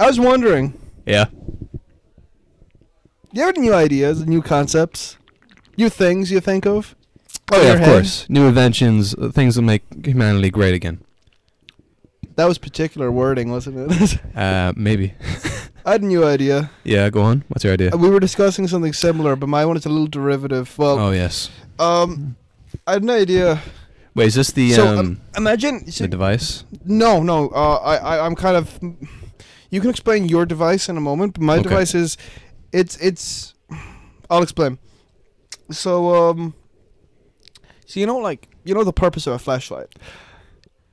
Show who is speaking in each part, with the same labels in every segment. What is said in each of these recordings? Speaker 1: I was wondering,
Speaker 2: Yeah.
Speaker 1: do you have any new ideas, new concepts, new things you think of?
Speaker 2: Oh
Speaker 1: In
Speaker 2: yeah,
Speaker 1: your
Speaker 2: of
Speaker 1: head?
Speaker 2: course. New inventions, uh, things that make humanity great again.
Speaker 1: That was particular wording, wasn't it?
Speaker 2: Uh, maybe.
Speaker 1: I had a new idea.
Speaker 2: Yeah, go on. What's your idea?
Speaker 1: Uh, We were discussing something similar, but my one is a little derivative. Well,
Speaker 2: oh yes.
Speaker 1: um, I had an idea.
Speaker 2: Wait, is this the
Speaker 1: so
Speaker 2: um,
Speaker 1: um, imagine. so-
Speaker 2: the device?
Speaker 1: no, no. Uh, I, I, I'm kind of. You can explain your device in a moment, but my
Speaker 2: Okay.
Speaker 1: device is, it's, it's. I'll explain. So, um. So you know, like you know, the purpose of a flashlight.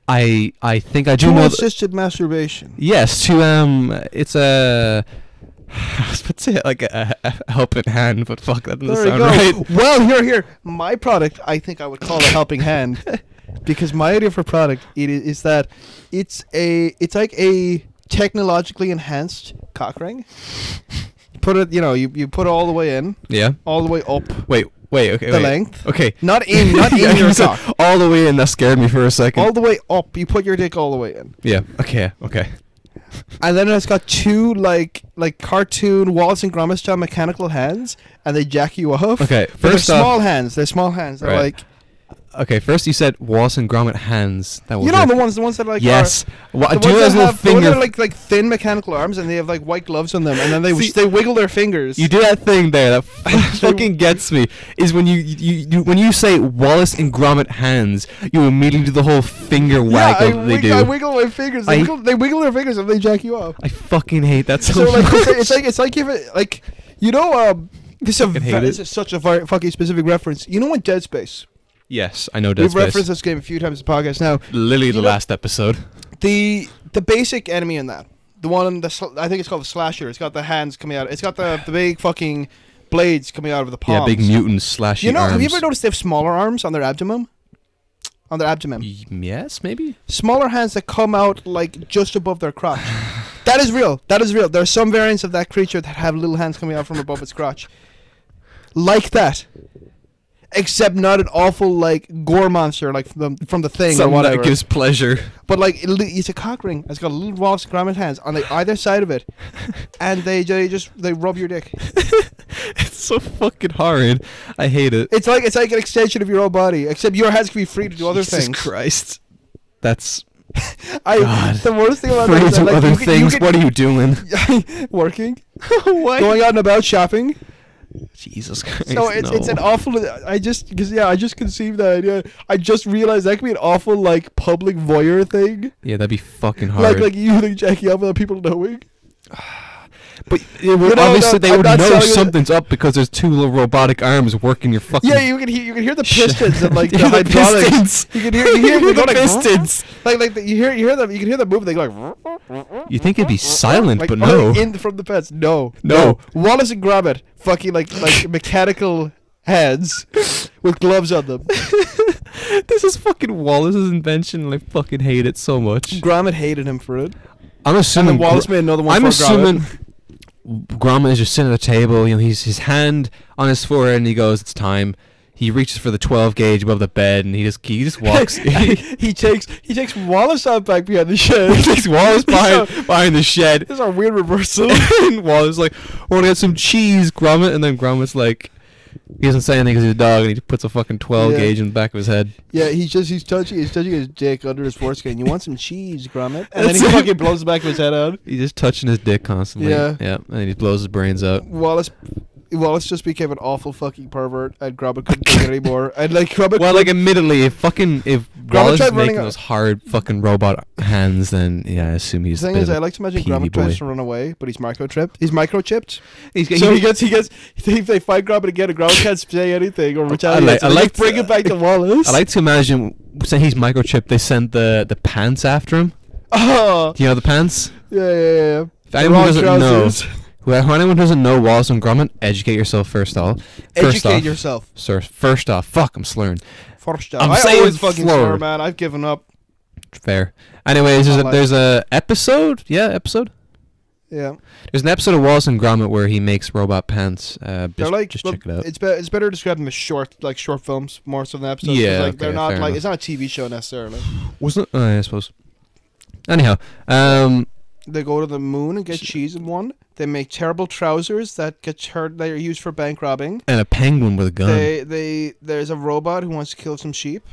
Speaker 2: I I think I do
Speaker 1: To
Speaker 2: know. th-
Speaker 1: assisted masturbation.
Speaker 2: yes, to um, it's a. I was about to say like a, a a helping hand, but fuck, that doesn't
Speaker 1: There we
Speaker 2: sound
Speaker 1: go.
Speaker 2: right.
Speaker 1: Well, here, here. My product, I think I would call a helping hand, because my idea for product it is, is that it's a it's like a technologically enhanced cock ring. You put it, you know, you, you put it all the way in,
Speaker 2: Yeah.
Speaker 1: all the way up
Speaker 2: Wait. Wait. Okay.
Speaker 1: Oh. the
Speaker 2: wait.
Speaker 1: length,
Speaker 2: Okay.
Speaker 1: not in, not
Speaker 2: Yeah,
Speaker 1: in
Speaker 2: you
Speaker 1: your
Speaker 2: said
Speaker 1: cock,
Speaker 2: All the way in. That scared me for a second.
Speaker 1: all the way up. You put your dick all the way in,
Speaker 2: yeah. Okay. Okay.
Speaker 1: and then it's got two like like cartoon Wallace and Gromit style mechanical hands, and they jack you off.
Speaker 2: Okay.
Speaker 1: But they're
Speaker 2: First off.
Speaker 1: small hands. They're small hands. They're
Speaker 2: Right.
Speaker 1: like
Speaker 2: Okay. First, you said Wallace and Gromit hands. That was
Speaker 1: you know
Speaker 2: weird.
Speaker 1: the ones the ones that like are,
Speaker 2: yes. Wha-
Speaker 1: The
Speaker 2: do
Speaker 1: ones that
Speaker 2: those little
Speaker 1: have the ones that
Speaker 2: finger?
Speaker 1: are like like thin mechanical arms, and they have like white gloves on them, and then they
Speaker 2: See-
Speaker 1: they wiggle their fingers.
Speaker 2: You do that thing there that fucking gets me. Is when you, you, you when you say Wallace and Gromit hands, you immediately do the whole finger
Speaker 1: yeah,
Speaker 2: waggle
Speaker 1: I,
Speaker 2: that they
Speaker 1: wig- I
Speaker 2: do. I,
Speaker 1: wiggle my fingers. They,
Speaker 2: I-
Speaker 1: wiggle, they wiggle their fingers, and they jack you off.
Speaker 2: fucking hate that so,
Speaker 1: So like
Speaker 2: much.
Speaker 1: it's, like it's like it's like if it like you know um this is a
Speaker 2: Fucking hate
Speaker 1: ve-
Speaker 2: it.
Speaker 1: this is such a very fucking specific reference. You know what Dead Space?
Speaker 2: yes, I know Dead
Speaker 1: We've
Speaker 2: Space.
Speaker 1: referenced this game a few times in the podcast. Now
Speaker 2: Literally
Speaker 1: you
Speaker 2: the
Speaker 1: know-
Speaker 2: last episode.
Speaker 1: the the basic enemy in that the one in the sl- I think it's called the slasher. It's got the hands coming out. It's got the the big fucking blades coming out of the palms.
Speaker 2: Yeah, big mutant slash.
Speaker 1: You know, have you ever noticed they have smaller arms on their abdomen? On their abdomen.
Speaker 2: Yes, maybe.
Speaker 1: Smaller hands that come out like just above their crotch. that is real. That is real. There are some variants of that creature that have little hands coming out from above its crotch. Like that. Except not an awful like gore monster like from the, from the thing or
Speaker 2: Someone
Speaker 1: whatever.
Speaker 2: that gives pleasure.
Speaker 1: but like it, li- it's a cock ring. It's got little Wallace and grommet hands on the either side of it, and they, they just they rub your dick.
Speaker 2: It's so fucking horrid. I hate it.
Speaker 1: It's like it's like an extension of your own body. Except your hands can be free to do other
Speaker 2: Jesus
Speaker 1: things.
Speaker 2: Christ. That's
Speaker 1: I
Speaker 2: God.
Speaker 1: the worst thing about that
Speaker 2: free
Speaker 1: is
Speaker 2: to
Speaker 1: that, like,
Speaker 2: other
Speaker 1: you can- you
Speaker 2: things. what are you doing?
Speaker 1: can- working,
Speaker 2: Why?
Speaker 1: going out and about shopping.
Speaker 2: Jesus Christ.
Speaker 1: So it's it's
Speaker 2: no.
Speaker 1: an awful. I just because yeah, I just conceived that idea. I just realized that could be an awful like public voyeur thing,
Speaker 2: Yeah, that'd be fucking hard.
Speaker 1: like like you like Jackie up without people knowing.
Speaker 2: but it would,
Speaker 1: You know,
Speaker 2: obviously
Speaker 1: no,
Speaker 2: they
Speaker 1: I'm
Speaker 2: would
Speaker 1: not
Speaker 2: know
Speaker 1: selling it.
Speaker 2: something's up because there's two little robotic arms working your fucking.
Speaker 1: Yeah, you can hear you can hear the
Speaker 2: Shit.
Speaker 1: pistons and like the
Speaker 2: You're
Speaker 1: hydraulics.
Speaker 2: pistons.
Speaker 1: You can hear you hear,
Speaker 2: You're
Speaker 1: the
Speaker 2: the pistons.
Speaker 1: Like like the, you hear you hear them you can hear them moving. They go like
Speaker 2: You think it'd be silent,
Speaker 1: like
Speaker 2: but
Speaker 1: oh,
Speaker 2: no.
Speaker 1: in from the pets. No,
Speaker 2: No.
Speaker 1: Wallace and Gromit, fucking like like mechanical hands with gloves on them.
Speaker 2: this is fucking Wallace's invention, and I fucking hate it so much.
Speaker 1: Gromit hated him for it.
Speaker 2: I'm
Speaker 1: And then
Speaker 2: assuming.
Speaker 1: Wallace
Speaker 2: Gr-
Speaker 1: made another one
Speaker 2: I'm
Speaker 1: for
Speaker 2: assuming.
Speaker 1: Gromit.
Speaker 2: Gromit is just sitting at the table. You know, he's his hand on his forehead, and he goes, "It's time." He reaches for the 12 gauge above the bed, and he just he just walks. he
Speaker 1: he takes he takes Wallace out back behind the shed.
Speaker 2: takes Wallace behind
Speaker 1: So-
Speaker 2: behind the shed,
Speaker 1: this is a weird reversal.
Speaker 2: and Wallace's like, "We're gonna get some cheese, Gromit," and then Gromit's like, he doesn't say anything because he's a dog, and he puts a fucking 12
Speaker 1: Yeah.
Speaker 2: gauge in the back of his head.
Speaker 1: yeah, he's just he's touching he's touching his dick under his foreskin. You want some cheese, Gromit? And then
Speaker 2: That's
Speaker 1: he
Speaker 2: it.
Speaker 1: fucking blows the back of his head out.
Speaker 2: He's just touching his dick constantly.
Speaker 1: Yeah.
Speaker 2: yeah, and he just blows his brains out.
Speaker 1: Wallace Wallace just became an awful fucking pervert, and Gromit couldn't take it anymore. And like Gromit,
Speaker 2: Well, like admittedly, if fucking if
Speaker 1: Gromit
Speaker 2: Wallace
Speaker 1: tried
Speaker 2: is
Speaker 1: running
Speaker 2: making
Speaker 1: a-
Speaker 2: those hard fucking robot hands, then yeah, I assume
Speaker 1: the
Speaker 2: he's. a
Speaker 1: thing
Speaker 2: bit
Speaker 1: is,
Speaker 2: of
Speaker 1: I
Speaker 2: a-
Speaker 1: like to imagine
Speaker 2: peony
Speaker 1: Gromit
Speaker 2: boy.
Speaker 1: tries to run away, but he's microchipped. He's microchipped,
Speaker 2: he's,
Speaker 1: so he gets he gets. If they fight Gromit again, and Gromit can't say anything or retaliate.
Speaker 2: like-
Speaker 1: so
Speaker 2: I
Speaker 1: they
Speaker 2: like
Speaker 1: just bring
Speaker 2: to-
Speaker 1: it back to Wallace.
Speaker 2: I like to imagine say he's microchipped. They sent the the pants after him.
Speaker 1: Oh,
Speaker 2: Do you know the pants?
Speaker 1: yeah, yeah, yeah. yeah.
Speaker 2: If anyone
Speaker 1: Wrong
Speaker 2: doesn't
Speaker 1: trousers.
Speaker 2: know, who- if anyone doesn't know Wallace and Gromit, educate yourself first off. First
Speaker 1: Educate
Speaker 2: off,
Speaker 1: yourself.
Speaker 2: Sir, first off, fuck, I'm slurring.
Speaker 1: First
Speaker 2: I'm
Speaker 1: off, I
Speaker 2: saying
Speaker 1: always fucking swear,
Speaker 2: forward.
Speaker 1: man. I've given up.
Speaker 2: Fair. Anyways, there's
Speaker 1: I
Speaker 2: a,
Speaker 1: like-
Speaker 2: there's a episode. Yeah, episode.
Speaker 1: Yeah,
Speaker 2: There's an episode of Wallace and Gromit where he makes robot pants. Uh,
Speaker 1: they're
Speaker 2: just,
Speaker 1: like
Speaker 2: just
Speaker 1: look,
Speaker 2: check it out.
Speaker 1: It's, be- it's better to describe them as short, like short films, more so than episodes. 'cause,
Speaker 2: Yeah,
Speaker 1: like they're
Speaker 2: okay,
Speaker 1: not
Speaker 2: fair
Speaker 1: like
Speaker 2: enough. Oh,
Speaker 1: it's not a TV show necessarily.
Speaker 2: Wasn't uh, I suppose. Anyhow, um,
Speaker 1: They go to the moon and get
Speaker 2: Sh-
Speaker 1: cheese in one. They make terrible trousers that get turned. They are used for bank robbing.
Speaker 2: and a penguin with a gun.
Speaker 1: They they there's a robot who wants to kill some sheep.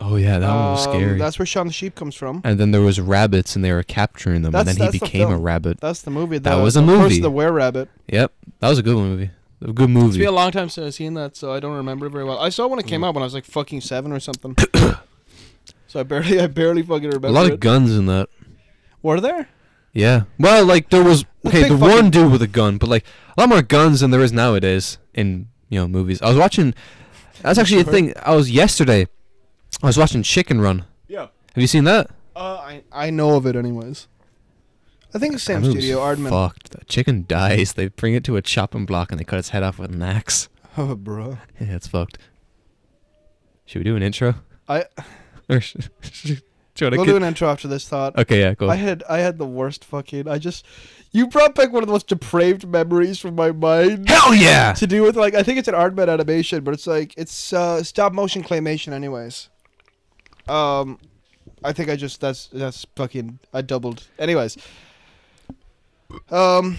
Speaker 2: oh yeah, that one was
Speaker 1: Um,
Speaker 2: scary.
Speaker 1: That's where Shaun the Sheep comes from.
Speaker 2: and then there was rabbits, and they were capturing them,
Speaker 1: That's-
Speaker 2: and then he
Speaker 1: that's the
Speaker 2: became a
Speaker 1: film.
Speaker 2: rabbit.
Speaker 1: That's the movie.
Speaker 2: That
Speaker 1: the-
Speaker 2: was a
Speaker 1: the
Speaker 2: movie.
Speaker 1: Curse of the Were Rabbit.
Speaker 2: Yep, that was a good one movie. A good
Speaker 1: It's been
Speaker 2: movie.
Speaker 1: a long time since I've seen that, so I don't remember it very well. I saw it when it
Speaker 2: Mm.
Speaker 1: came out when I was like fucking seven or something. so I barely, I barely fucking
Speaker 2: A
Speaker 1: remember.
Speaker 2: lot of
Speaker 1: it.
Speaker 2: guns in that.
Speaker 1: were there?
Speaker 2: Yeah. Well, like there was
Speaker 1: A
Speaker 2: okay,
Speaker 1: big
Speaker 2: the
Speaker 1: fucking-
Speaker 2: one dude with a gun, but like a lot more guns than there is nowadays in you know movies. I was watching. That's actually a
Speaker 1: Sure.
Speaker 2: thing. I was yesterday. I was watching Chicken Run.
Speaker 1: Yeah.
Speaker 2: Have you seen that?
Speaker 1: Uh, I I know of it anyways. I think it's the
Speaker 2: That
Speaker 1: same
Speaker 2: movie's
Speaker 1: studio, Aardman.
Speaker 2: Fucked. The chicken dies. They bring it to a chopping block and they cut its head off with an axe.
Speaker 1: Oh, bro.
Speaker 2: Yeah, it's fucked. Should we do an intro?
Speaker 1: I
Speaker 2: Or sh- sh- do you wanna
Speaker 1: we'll
Speaker 2: get-
Speaker 1: do an intro after this thought.
Speaker 2: okay, yeah, cool.
Speaker 1: I had I had the worst fucking. I just you brought back one of the most depraved memories from my mind.
Speaker 2: Hell yeah!
Speaker 1: to do with like I think it's an Aardman animation, but it's like it's uh, stop motion claymation, anyways. Um, I think I just that's that's fucking I doubled. Anyways, um,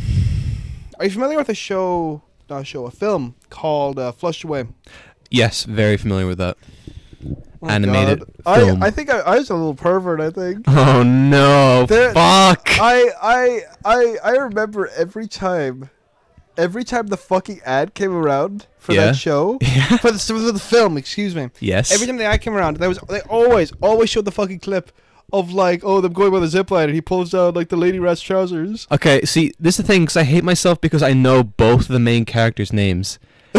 Speaker 1: are you familiar with a show? Not a show, a film called uh, Flushed Away.
Speaker 2: Yes, very familiar with that.
Speaker 1: Oh,
Speaker 2: Animated
Speaker 1: God.
Speaker 2: film.
Speaker 1: I I think I, I was a little pervert. I think.
Speaker 2: Oh no!
Speaker 1: There-
Speaker 2: fuck!
Speaker 1: I I I I remember every time, every time the fucking ad came around for
Speaker 2: Yeah.
Speaker 1: that show,
Speaker 2: Yeah.
Speaker 1: for the for the film. Excuse me.
Speaker 2: yes.
Speaker 1: Every time the ad came around, there was they always always showed the fucking clip of like, oh, them going by the zip line, and he pulls down like the lady rat's trousers.
Speaker 2: Okay, see, this is the thing, because I hate myself because I know both of the main characters' names.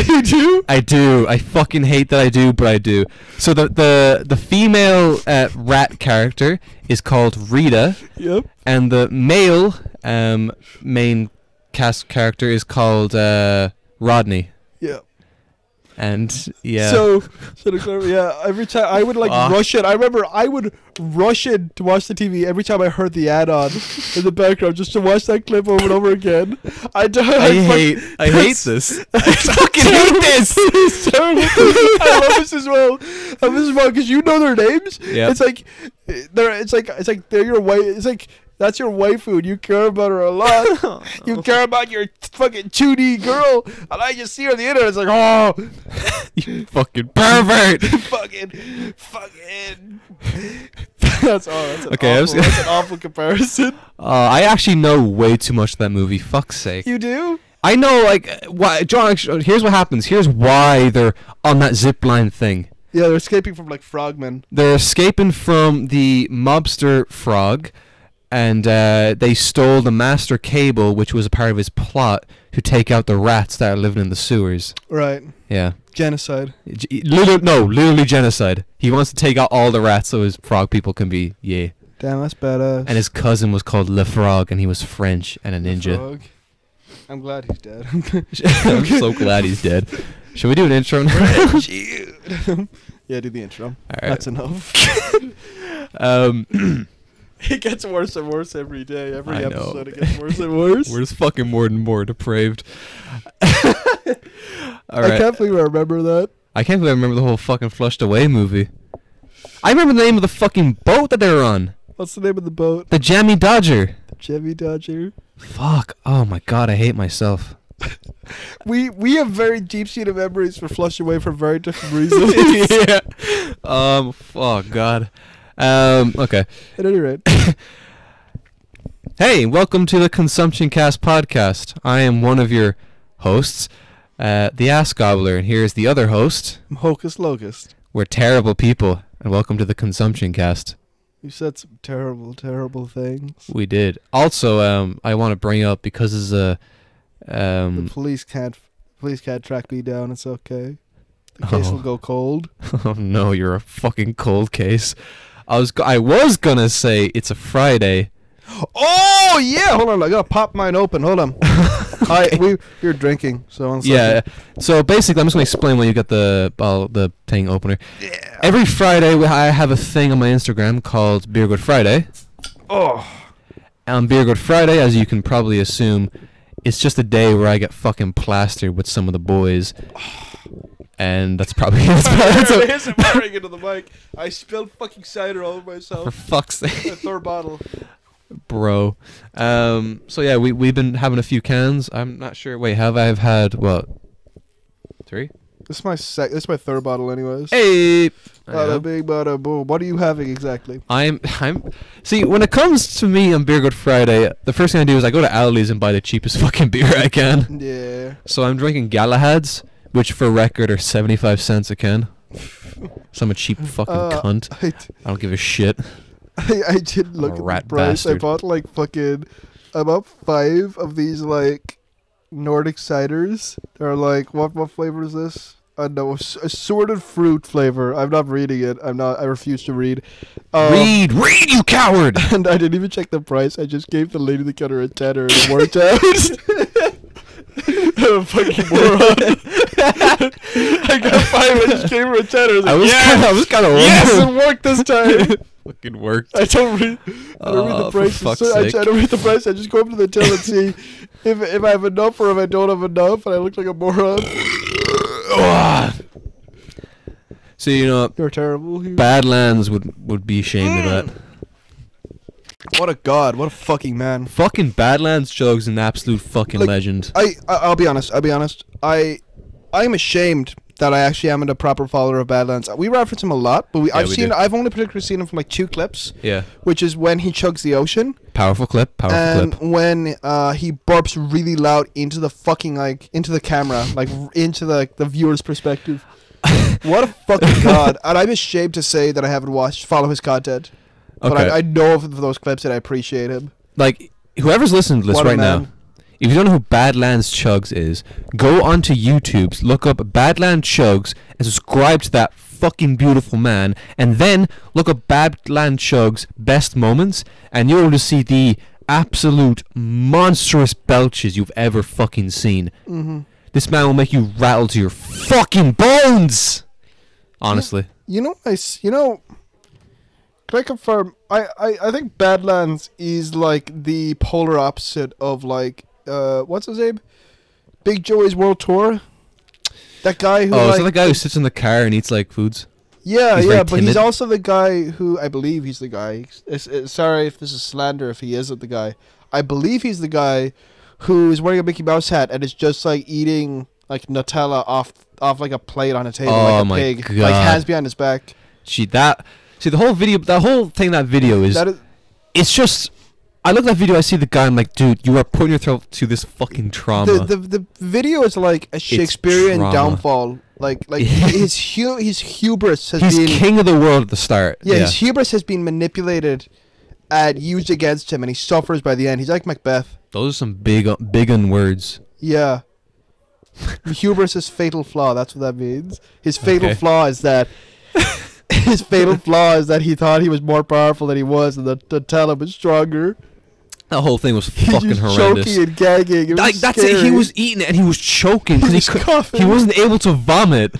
Speaker 1: you do?
Speaker 2: I do. I fucking hate that I do, but I do. So the the the female uh, rat character is called Rita,
Speaker 1: Yep.
Speaker 2: and the male um, main cast character is called uh, Rodney.
Speaker 1: Yeah.
Speaker 2: And yeah, Ah.
Speaker 1: So, so to clarify, yeah. Every time I would like
Speaker 2: Fuck.
Speaker 1: rush it. I remember I would rush in to watch the TV every time I heard the ad on in the background, just to watch that clip over and over again. I, d-
Speaker 2: I,
Speaker 1: fuck-
Speaker 2: hate I hate
Speaker 1: that's-
Speaker 2: this. I fucking hate this.
Speaker 1: It's terrible. I love this as well. I love this as well because you know their names.
Speaker 2: Yeah.
Speaker 1: It's like they're. It's like it's like they're your way. It's like that's your waifu. and You care about her a lot. you care about your t- fucking two D girl, and I just see her on the internet. It's like oh,
Speaker 2: you fucking pervert.
Speaker 1: fucking, fucking. that's all. That's an
Speaker 2: Okay, I'm
Speaker 1: awful,
Speaker 2: just-
Speaker 1: that's an awful comparison.
Speaker 2: Uh, I actually know way too much of that movie. Fuck's sake.
Speaker 1: You do.
Speaker 2: I know, like, uh, why John. actually- Here's what happens. Here's why they're on that zip line thing.
Speaker 1: Yeah, they're escaping from like frogmen.
Speaker 2: They're escaping from the mobster frog, and uh, they stole the master cable, which was a part of his plot to take out the rats that are living in the sewers.
Speaker 1: Right.
Speaker 2: Yeah,
Speaker 1: Genocide.
Speaker 2: G- literally, no, literally genocide. He wants to take out all the rats so his frog people can be yeah.
Speaker 1: Damn, that's badass.
Speaker 2: And his cousin was called Le Frog, and he was French and a ninja.
Speaker 1: Frog. I'm glad he's dead.
Speaker 2: I'm so glad he's dead. Should we do an intro? now?
Speaker 1: yeah, do the intro.
Speaker 2: All right.
Speaker 1: That's enough.
Speaker 2: Um,
Speaker 1: it gets worse and worse every day. Every
Speaker 2: I know.
Speaker 1: episode, it gets worse and worse.
Speaker 2: We're just fucking more and more depraved. All
Speaker 1: I
Speaker 2: right.
Speaker 1: can't believe I remember that.
Speaker 2: I can't believe I remember the whole fucking Flushed Away movie. I remember the name of the fucking boat that they were on.
Speaker 1: What's the name of the boat?
Speaker 2: The Jammy Dodger.
Speaker 1: Chevy Dodger.
Speaker 2: Fuck. Oh my god, I hate myself.
Speaker 1: We we have very deep seated memories for Flush Away for very different reasons.
Speaker 2: yeah. Um. Fuck. God. Um. Okay.
Speaker 1: At any rate,
Speaker 2: Hey, welcome to the Consumption Cast podcast. I am one of your hosts, uh, the Ass Gobbler, and here is the other host.
Speaker 1: I'm Hocus Locust.
Speaker 2: We're terrible people, and welcome to the Consumption Cast.
Speaker 1: You said some terrible, terrible things.
Speaker 2: We did. Also, um, I want to bring up because it's a
Speaker 1: The
Speaker 2: um.
Speaker 1: police can't, police can't track me down. It's okay. The case
Speaker 2: Oh.
Speaker 1: will go cold.
Speaker 2: Oh no, you're a fucking cold case. I was go- I was gonna say it's a Friday.
Speaker 1: Oh yeah, hold on, I gotta pop mine open. Hold on. I we we were drinking, so on
Speaker 2: Yeah. So basically, I'm just gonna explain why you got the uh, the thing opener.
Speaker 1: yeah.
Speaker 2: Every Friday, we- I have a thing on my Instagram called Beer Good Friday.
Speaker 1: Oh,
Speaker 2: On Um, Beer Good Friday, as you can probably assume, it's just a day where I get fucking plastered with some of the boys, and that's probably that's, that's a-
Speaker 1: here's it firing into the mic. I spilled fucking cider all over
Speaker 2: for
Speaker 1: myself.
Speaker 2: fuck's
Speaker 1: The
Speaker 2: sake.
Speaker 1: third bottle.
Speaker 2: bro. Um, so yeah, we we've been having a few cans. I'm not sure. Wait, have I have had what? Three.
Speaker 1: This is my sec. This is my third bottle, anyways.
Speaker 2: Hey.
Speaker 1: Bada bing, bada boom. What are you having exactly?
Speaker 2: I'm I'm see when it comes to me on Beer Good Friday, the first thing I do is I go to Aldi's and buy the cheapest fucking beer I can.
Speaker 1: Yeah.
Speaker 2: So I'm drinking Galahad's, which for record are 75 cents a can. So I'm a cheap fucking
Speaker 1: Uh,
Speaker 2: cunt.
Speaker 1: I, d-
Speaker 2: I don't give a shit.
Speaker 1: I, I did look at the
Speaker 2: rat
Speaker 1: price. I
Speaker 2: bastard.
Speaker 1: bought like fucking about five of these like Nordic ciders. They're like what what flavor is this? Uh, no, ass- assorted fruit flavor. I'm not reading it. I'm not. I refuse to read. Um,
Speaker 2: read, read, you coward!
Speaker 1: And I didn't even check the price. I just gave the lady the counter a tenner and it worked out. I'm a fucking moron. I got five. I just gave her a tenner. I was
Speaker 2: I
Speaker 1: like,
Speaker 2: was
Speaker 1: "Yeah,
Speaker 2: kinda, I was kind of
Speaker 1: yes, it worked this time.
Speaker 2: fucking worked.
Speaker 1: I don't read. I don't read
Speaker 2: Oh,
Speaker 1: the
Speaker 2: for
Speaker 1: price.
Speaker 2: fuck's
Speaker 1: So I,
Speaker 2: sake.
Speaker 1: I don't read the price. I just go up to the till and see if if I have enough or if I don't have enough, and I look like a moron.
Speaker 2: So you know,
Speaker 1: You're terrible. You-
Speaker 2: Badlands would would be ashamed of that.
Speaker 1: Mm. What a god! What a fucking man!
Speaker 2: Fucking Badlands Chug's an absolute fucking
Speaker 1: Like,
Speaker 2: legend.
Speaker 1: I, I I'll be honest. I'll be honest. I I'm ashamed that I actually am a proper follower of Badlands. We reference him a lot, but we I've
Speaker 2: we
Speaker 1: seen
Speaker 2: do.
Speaker 1: I've only particularly seen him from like two clips,
Speaker 2: yeah,
Speaker 1: which is when he chugs the ocean
Speaker 2: powerful clip, powerful
Speaker 1: and
Speaker 2: Oh, clip.
Speaker 1: when uh, he burps really loud into the fucking like into the camera, like r- into the the viewer's perspective. what a fucking god! And I'm ashamed to say that I haven't watched follow his content, but
Speaker 2: Okay.
Speaker 1: I, I know of those clips and I appreciate him.
Speaker 2: Like whoever's listening to this
Speaker 1: What a
Speaker 2: right now,
Speaker 1: man.
Speaker 2: if you don't know who Badlands Chugs is, go onto YouTube, look up Badlands Chugs, and subscribe to that fucking beautiful man, and then look up Badlands Chugs best moments, and you're going to see the absolute monstrous belches you've ever fucking seen.
Speaker 1: Mm-hmm.
Speaker 2: This man will make you rattle to your fucking bones. Honestly,
Speaker 1: You know, I s- you know. Can I confirm? I, I, I think Badlands is like the polar opposite of like uh what's his name, Big Joey's World Tour. That guy who
Speaker 2: oh,
Speaker 1: like,
Speaker 2: is that the guy who sits in the car and eats like foods?
Speaker 1: Yeah,
Speaker 2: He's very
Speaker 1: yeah, but he's
Speaker 2: timid.
Speaker 1: also the guy who I believe he's the guy. it's- it's- sorry if this is slander. If he isn't the guy, I believe he's the guy who is wearing a Mickey Mouse hat and is just like eating like Nutella off off like a plate on a table,
Speaker 2: Oh
Speaker 1: like a
Speaker 2: my
Speaker 1: pig, like
Speaker 2: God.
Speaker 1: hands behind his back.
Speaker 2: She that see the whole video, the whole thing that video is.
Speaker 1: That is
Speaker 2: it's just I look at that video, I see the guy, I'm like, dude, you are putting yourself through this fucking trauma.
Speaker 1: the, the the video is like a Shakespearean
Speaker 2: trauma.
Speaker 1: downfall. Like like his hu- his hubris has
Speaker 2: He's
Speaker 1: been
Speaker 2: king of the world at the start.
Speaker 1: yeah, his hubris has been manipulated and used against him, and he suffers by the end. He's like Macbeth.
Speaker 2: those are some big, uh, big un words.
Speaker 1: Yeah. Hubris is fatal flaw. That's what that means. His fatal
Speaker 2: Okay.
Speaker 1: flaw is that. his fatal flaw is that he thought he was more powerful than he was, and that the talent was stronger.
Speaker 2: That whole thing was
Speaker 1: He
Speaker 2: fucking
Speaker 1: was
Speaker 2: horrendous.
Speaker 1: choking and gagging. It was
Speaker 2: Like that's it. He
Speaker 1: scary.
Speaker 2: was eating it and he was choking
Speaker 1: He
Speaker 2: because he
Speaker 1: was
Speaker 2: cou-
Speaker 1: coughing.
Speaker 2: he wasn't able to vomit.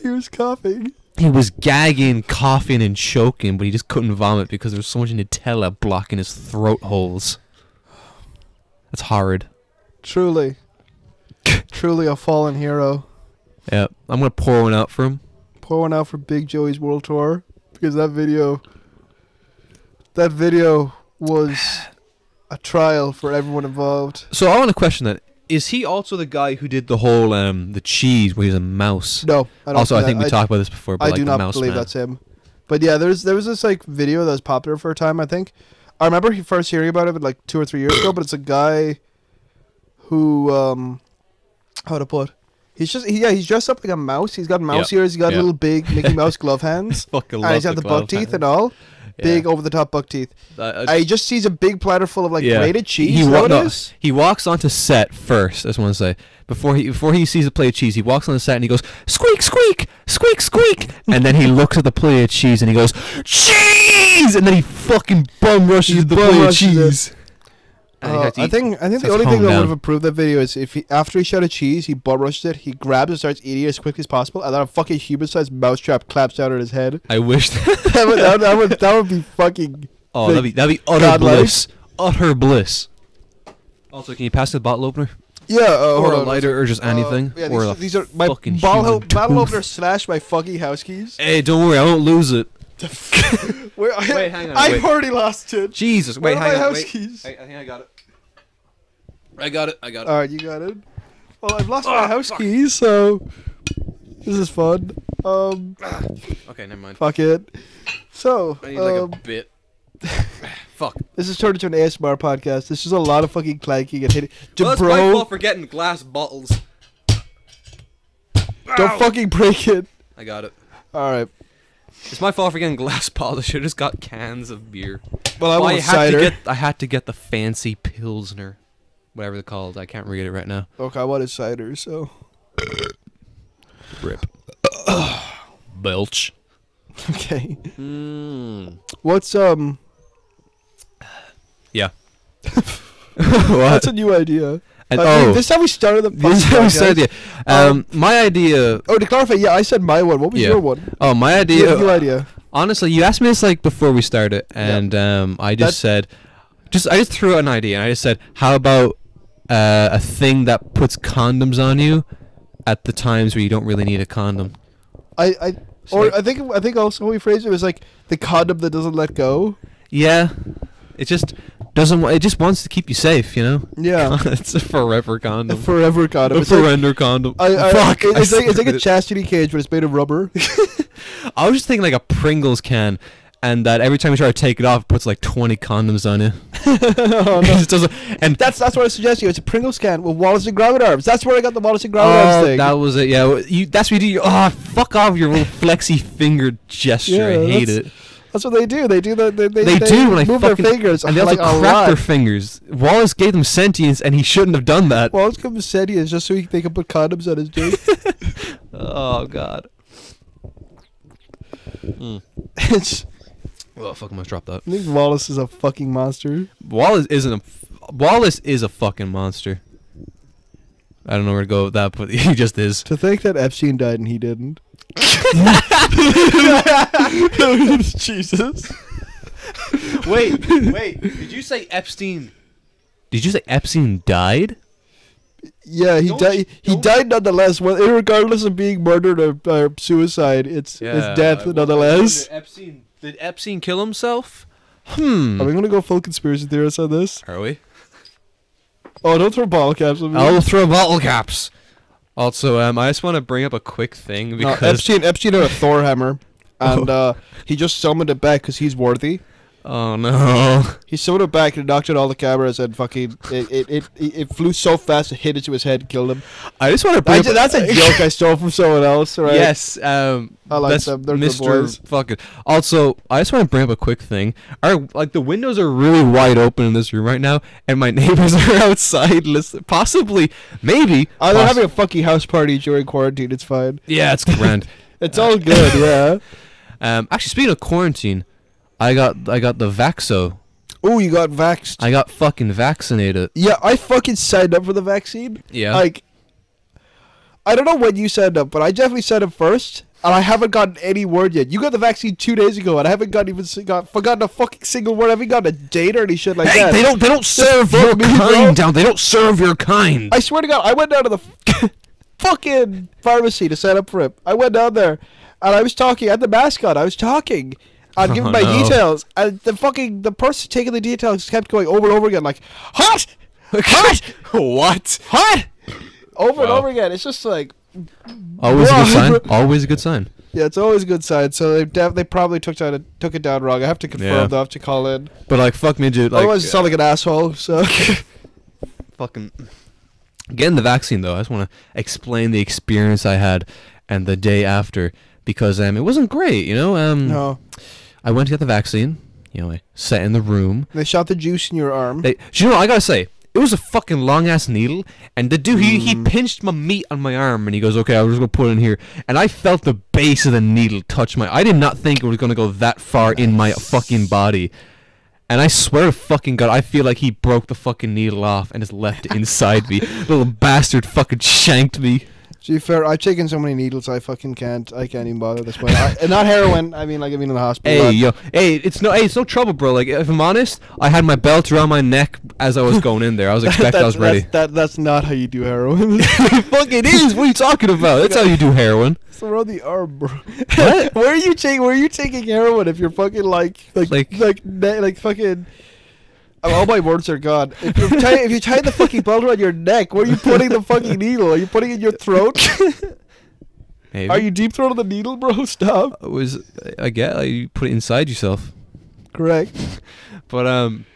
Speaker 1: He was coughing.
Speaker 2: He was gagging, coughing, and choking, but he just couldn't vomit because there was so much Nutella blocking his throat holes. That's horrid.
Speaker 1: Truly, truly a fallen hero.
Speaker 2: Yeah, I'm gonna pour one out for him.
Speaker 1: Pour one out for Big Joey's World Tour because that video. That video was a trial for everyone involved.
Speaker 2: So I want to question that: Is he also the guy who did the whole um the cheese where he's a mouse?
Speaker 1: No, I don't
Speaker 2: also, I
Speaker 1: that-
Speaker 2: think we talked about this before. But
Speaker 1: I
Speaker 2: like
Speaker 1: do
Speaker 2: the
Speaker 1: not
Speaker 2: mouse
Speaker 1: believe
Speaker 2: man.
Speaker 1: that's him. But yeah, there's there was this like video that was popular for a time. I think I remember he first hearing about it but, like two or three years ago. But it's a guy who um how to put. He's just he, yeah he's dressed up like a mouse. He's got mouse ears. He's got
Speaker 2: yeah.
Speaker 1: little big Mickey Mouse glove hands.
Speaker 2: fucking.
Speaker 1: and he's got the, buck teeth and all, big over the top buck teeth. Uh, he just sees a big platter full of like
Speaker 2: Yeah.
Speaker 1: grated cheese.
Speaker 2: He
Speaker 1: He
Speaker 2: wa-
Speaker 1: what
Speaker 2: no.
Speaker 1: it is?
Speaker 2: he walks onto set first. I just want to say before he before he sees a plate of cheese, he walks on the set and he goes squeak squeak squeak squeak, and then he looks at the plate of cheese and he goes cheese, and then he fucking bum rushes
Speaker 1: He
Speaker 2: the
Speaker 1: bum
Speaker 2: plate of
Speaker 1: rushes it.
Speaker 2: cheese. And he
Speaker 1: Uh,
Speaker 2: has to
Speaker 1: I
Speaker 2: eat-
Speaker 1: think I think the
Speaker 2: Says
Speaker 1: only thing
Speaker 2: calm
Speaker 1: that would
Speaker 2: down.
Speaker 1: have approved that video is if he after he shot a cheese, he butt rushes it, he grabs and starts eating it as quickly as possible, and then a fucking human sized mousetrap claps out at his head.
Speaker 2: I wish.
Speaker 1: that, would, that, would, that would that would be fucking
Speaker 2: Oh,
Speaker 1: Like,
Speaker 2: that'd be that'd be utter
Speaker 1: godlike.
Speaker 2: bliss. Utter bliss. Also, can you pass the bottle opener
Speaker 1: yeah. Uh,
Speaker 2: or
Speaker 1: hold
Speaker 2: a
Speaker 1: on.
Speaker 2: lighter or just
Speaker 1: Uh,
Speaker 2: anything?
Speaker 1: yeah,
Speaker 2: or
Speaker 1: these,
Speaker 2: a
Speaker 1: these are my
Speaker 2: fucking
Speaker 1: bottle
Speaker 2: human
Speaker 1: bottle
Speaker 2: tooth.
Speaker 1: opener slash my fucking house keys.
Speaker 2: Hey, don't worry, I won't lose it.
Speaker 1: Where, I,
Speaker 2: Wait, hang on,
Speaker 1: I've
Speaker 2: wait.
Speaker 1: already lost it.
Speaker 2: Jesus,
Speaker 1: Where
Speaker 2: wait,
Speaker 1: are
Speaker 2: hang
Speaker 1: my
Speaker 2: on,
Speaker 1: house
Speaker 2: wait.
Speaker 1: keys?
Speaker 2: I, I think I got it. I got it. I got it.
Speaker 1: All right, you got it. Well, I've lost
Speaker 2: Ah,
Speaker 1: my house keys, so this is fun. Um,
Speaker 2: okay, never mind.
Speaker 1: fuck it. So,
Speaker 2: I need like
Speaker 1: um,
Speaker 2: a bit. Fuck.
Speaker 1: this is turned into an ASMR podcast. This is a lot of fucking clanking and hitting. Dude,
Speaker 2: well, that's my
Speaker 1: bro,
Speaker 2: fault for getting glass bottles.
Speaker 1: don't fucking break it.
Speaker 2: I got it.
Speaker 1: All right.
Speaker 2: It's my fault for getting glass bottles. I should have just got cans of beer.
Speaker 1: Well, I want
Speaker 2: had
Speaker 1: cider.
Speaker 2: to get I had to get the fancy pilsner, whatever they're called. I can't read it right now.
Speaker 1: okay, I wanted cider, so
Speaker 2: Rip. Belch.
Speaker 1: okay. Hmm.
Speaker 2: Mm.
Speaker 1: What's um?
Speaker 2: Yeah.
Speaker 1: That's
Speaker 2: what?
Speaker 1: a new idea.
Speaker 2: And,
Speaker 1: Uh,
Speaker 2: oh,
Speaker 1: this is how we started the.
Speaker 2: this is
Speaker 1: fucking
Speaker 2: how we
Speaker 1: podcast.
Speaker 2: said, yeah. Um, my idea.
Speaker 1: Oh, to clarify, yeah, I said my one. What was
Speaker 2: Yeah.
Speaker 1: your one?
Speaker 2: Oh, my
Speaker 1: Yeah,
Speaker 2: idea.
Speaker 1: new idea.
Speaker 2: Honestly, you asked me this like before we started, and um, I just said, just I just threw out an idea, and I just said, how about uh, a thing that puts condoms on you at the times where you don't really need a condom?
Speaker 1: I, I
Speaker 2: So,
Speaker 1: or
Speaker 2: like-
Speaker 1: I think I think also how we phrased it was like the condom that doesn't let go.
Speaker 2: Yeah, it just doesn't. wa- It just wants to keep you safe, you know.
Speaker 1: Yeah.
Speaker 2: it's a forever
Speaker 1: The
Speaker 2: condom.
Speaker 1: forever condom.
Speaker 2: a
Speaker 1: It's like-
Speaker 2: surrender condom.
Speaker 1: I, I,
Speaker 2: Fuck.
Speaker 1: it-
Speaker 2: I
Speaker 1: It's like it's like a
Speaker 2: screwed it.
Speaker 1: chastity cage, but it's made of rubber.
Speaker 2: I was just thinking like a Pringles can, and that every time you try to take it off, it puts like twenty condoms on you.
Speaker 1: Oh, no.
Speaker 2: It just doesn't. And
Speaker 1: That's that's what I suggest you. It's a Pringles can with Wallace and Gromit arms. That's where I got the Wallace and Gromit arms
Speaker 2: Oh,
Speaker 1: thing.
Speaker 2: that was it. Yeah, w- you. That's what you do. Oh, fuck off your little flexy finger gesture.
Speaker 1: Yeah,
Speaker 2: I hate
Speaker 1: that's-
Speaker 2: it.
Speaker 1: that's what they do. They do the they, they,
Speaker 2: They, do when I
Speaker 1: move
Speaker 2: fucking
Speaker 1: their fingers.
Speaker 2: and they
Speaker 1: I'm
Speaker 2: also
Speaker 1: like, "Oh,
Speaker 2: crack their
Speaker 1: right."
Speaker 2: fingers. Wallace gave them sentience, and he shouldn't have done that.
Speaker 1: Wallace comes said he is just so he, they can put condoms on his dick.
Speaker 2: Oh god.
Speaker 1: it's,
Speaker 2: Oh fuck, I must drop that.
Speaker 1: I think Wallace is a fucking monster.
Speaker 2: Wallace isn't a. f- Wallace is a fucking monster. I don't know where to go with that, but he just is.
Speaker 1: To think that Epstein died and he didn't. Jesus.
Speaker 2: Wait, wait. Did you say Epstein? Did you say Epstein died?
Speaker 1: Yeah, he
Speaker 2: Don't
Speaker 1: died.
Speaker 2: you-
Speaker 1: He
Speaker 2: don't-
Speaker 1: died nonetheless. Well, regardless of being murdered or, or suicide, it's it's death nonetheless.
Speaker 2: Hmm. Epstein. Did Epstein kill himself? Hmm.
Speaker 1: Are we gonna go full conspiracy theorists on this?
Speaker 2: Are we?
Speaker 1: Oh, don't throw bottle caps at me.
Speaker 2: I'll throw bottle caps. Also, um, I just want to bring up a quick thing
Speaker 1: No,
Speaker 2: because
Speaker 1: Epstein, Epstein had a Thor hammer, and uh, he just summoned it back because he's worthy.
Speaker 2: oh no,
Speaker 1: He summoned it back and it knocked out all the cameras and fucking it it, it, it, it flew so fast it hit into his head and killed him.
Speaker 2: I just want to bring
Speaker 1: I
Speaker 2: up
Speaker 1: ju- that's a joke I stole from someone else, right?
Speaker 2: Yes, um,
Speaker 1: I like
Speaker 2: that's
Speaker 1: them. They're good
Speaker 2: Mr.
Speaker 1: boys.
Speaker 2: Fucking. Also, I just want to bring up a quick thing. Our like the windows are really wide open in this room right now, and my neighbors are outside. Listen, possibly, maybe.
Speaker 1: Oh, they're
Speaker 2: poss-
Speaker 1: having a fucking house party during quarantine. It's fine.
Speaker 2: yeah, it's grand.
Speaker 1: It's all good. Yeah.
Speaker 2: um, actually, speaking of quarantine, I got I got the vaxo.
Speaker 1: Oh, you got vaxxed.
Speaker 2: I got fucking vaccinated.
Speaker 1: Yeah, I fucking signed up for the vaccine.
Speaker 2: Yeah.
Speaker 1: Like, I don't know when you signed up, but I definitely signed up first, and I haven't gotten any word yet. You got the vaccine two days ago, and I haven't gotten even si- got forgotten a fucking single word. I haven't gotten a date or any shit like
Speaker 2: Hey,
Speaker 1: that.
Speaker 2: they don't they don't serve your
Speaker 1: fuck me, bro.
Speaker 2: kind down. They don't serve your kind.
Speaker 1: I swear to God, I went down to the f- fucking pharmacy to sign up for it. I went down there, and I was talking at the mascot. I was talking. I'm
Speaker 2: Oh,
Speaker 1: giving my
Speaker 2: no.
Speaker 1: details, and the fucking the person taking the details kept going over and over again, like hot, hot,
Speaker 2: what?
Speaker 1: hot, over and
Speaker 2: Wow.
Speaker 1: over again. It's just like
Speaker 2: Always a good sign.
Speaker 1: Bro.
Speaker 2: Always a good sign.
Speaker 1: Yeah, it's always a good sign. So they def- they probably took down took it down wrong. I have to confirm.
Speaker 2: Yeah.
Speaker 1: Though I have to call in.
Speaker 2: But like, fuck me, dude. Like, uh, Hmm.
Speaker 1: Otherwise, you sound like an asshole. So
Speaker 2: fucking getting the vaccine though. I just want to explain the experience I had and the day after because um, it wasn't great. You know, um,
Speaker 1: no,
Speaker 2: I went to get the vaccine. You know, I sat in the room.
Speaker 1: they shot the juice in your arm.
Speaker 2: They, do you know, what? I gotta say, it was a fucking long ass needle, and the dude he,
Speaker 1: Mm.
Speaker 2: he pinched my meat on my arm, and he goes, "Okay, I'm just gonna put it in here," and I felt the base of the needle touch my. I did not think it was gonna go that far in my fucking body. And I swear to fucking god, I feel like he broke the fucking needle off and just left it inside me. Little bastard fucking shanked me.
Speaker 1: To be fair, I've taken so many needles, I fucking can't. I can't even bother this point. I, and not heroin. I mean, like I mean in the hospital.
Speaker 2: Hey
Speaker 1: but-
Speaker 2: yo, hey, it's no, hey, it's no trouble, bro. Like if I'm honest, I had my belt around my neck as I was going in there. I was expecting I
Speaker 1: that's,
Speaker 2: was ready.
Speaker 1: That's, that, that's not how you do heroin.
Speaker 2: Fuck, it is. What are you talking about? That's how you do heroin.
Speaker 1: so roll the herb, bro.
Speaker 2: What?
Speaker 1: where are you taking? Where are you taking heroin if you're fucking like like
Speaker 2: Like-
Speaker 1: like like, ne- like fucking. Oh, all my words are gone. If you tie if you tie the fucking belt around your neck, where are you putting the fucking needle? Are you putting it in your throat?
Speaker 2: Maybe.
Speaker 1: are you deep throating the needle, bro? Stop.
Speaker 2: It was I guess like, you put it inside yourself.
Speaker 1: Correct.
Speaker 2: But um,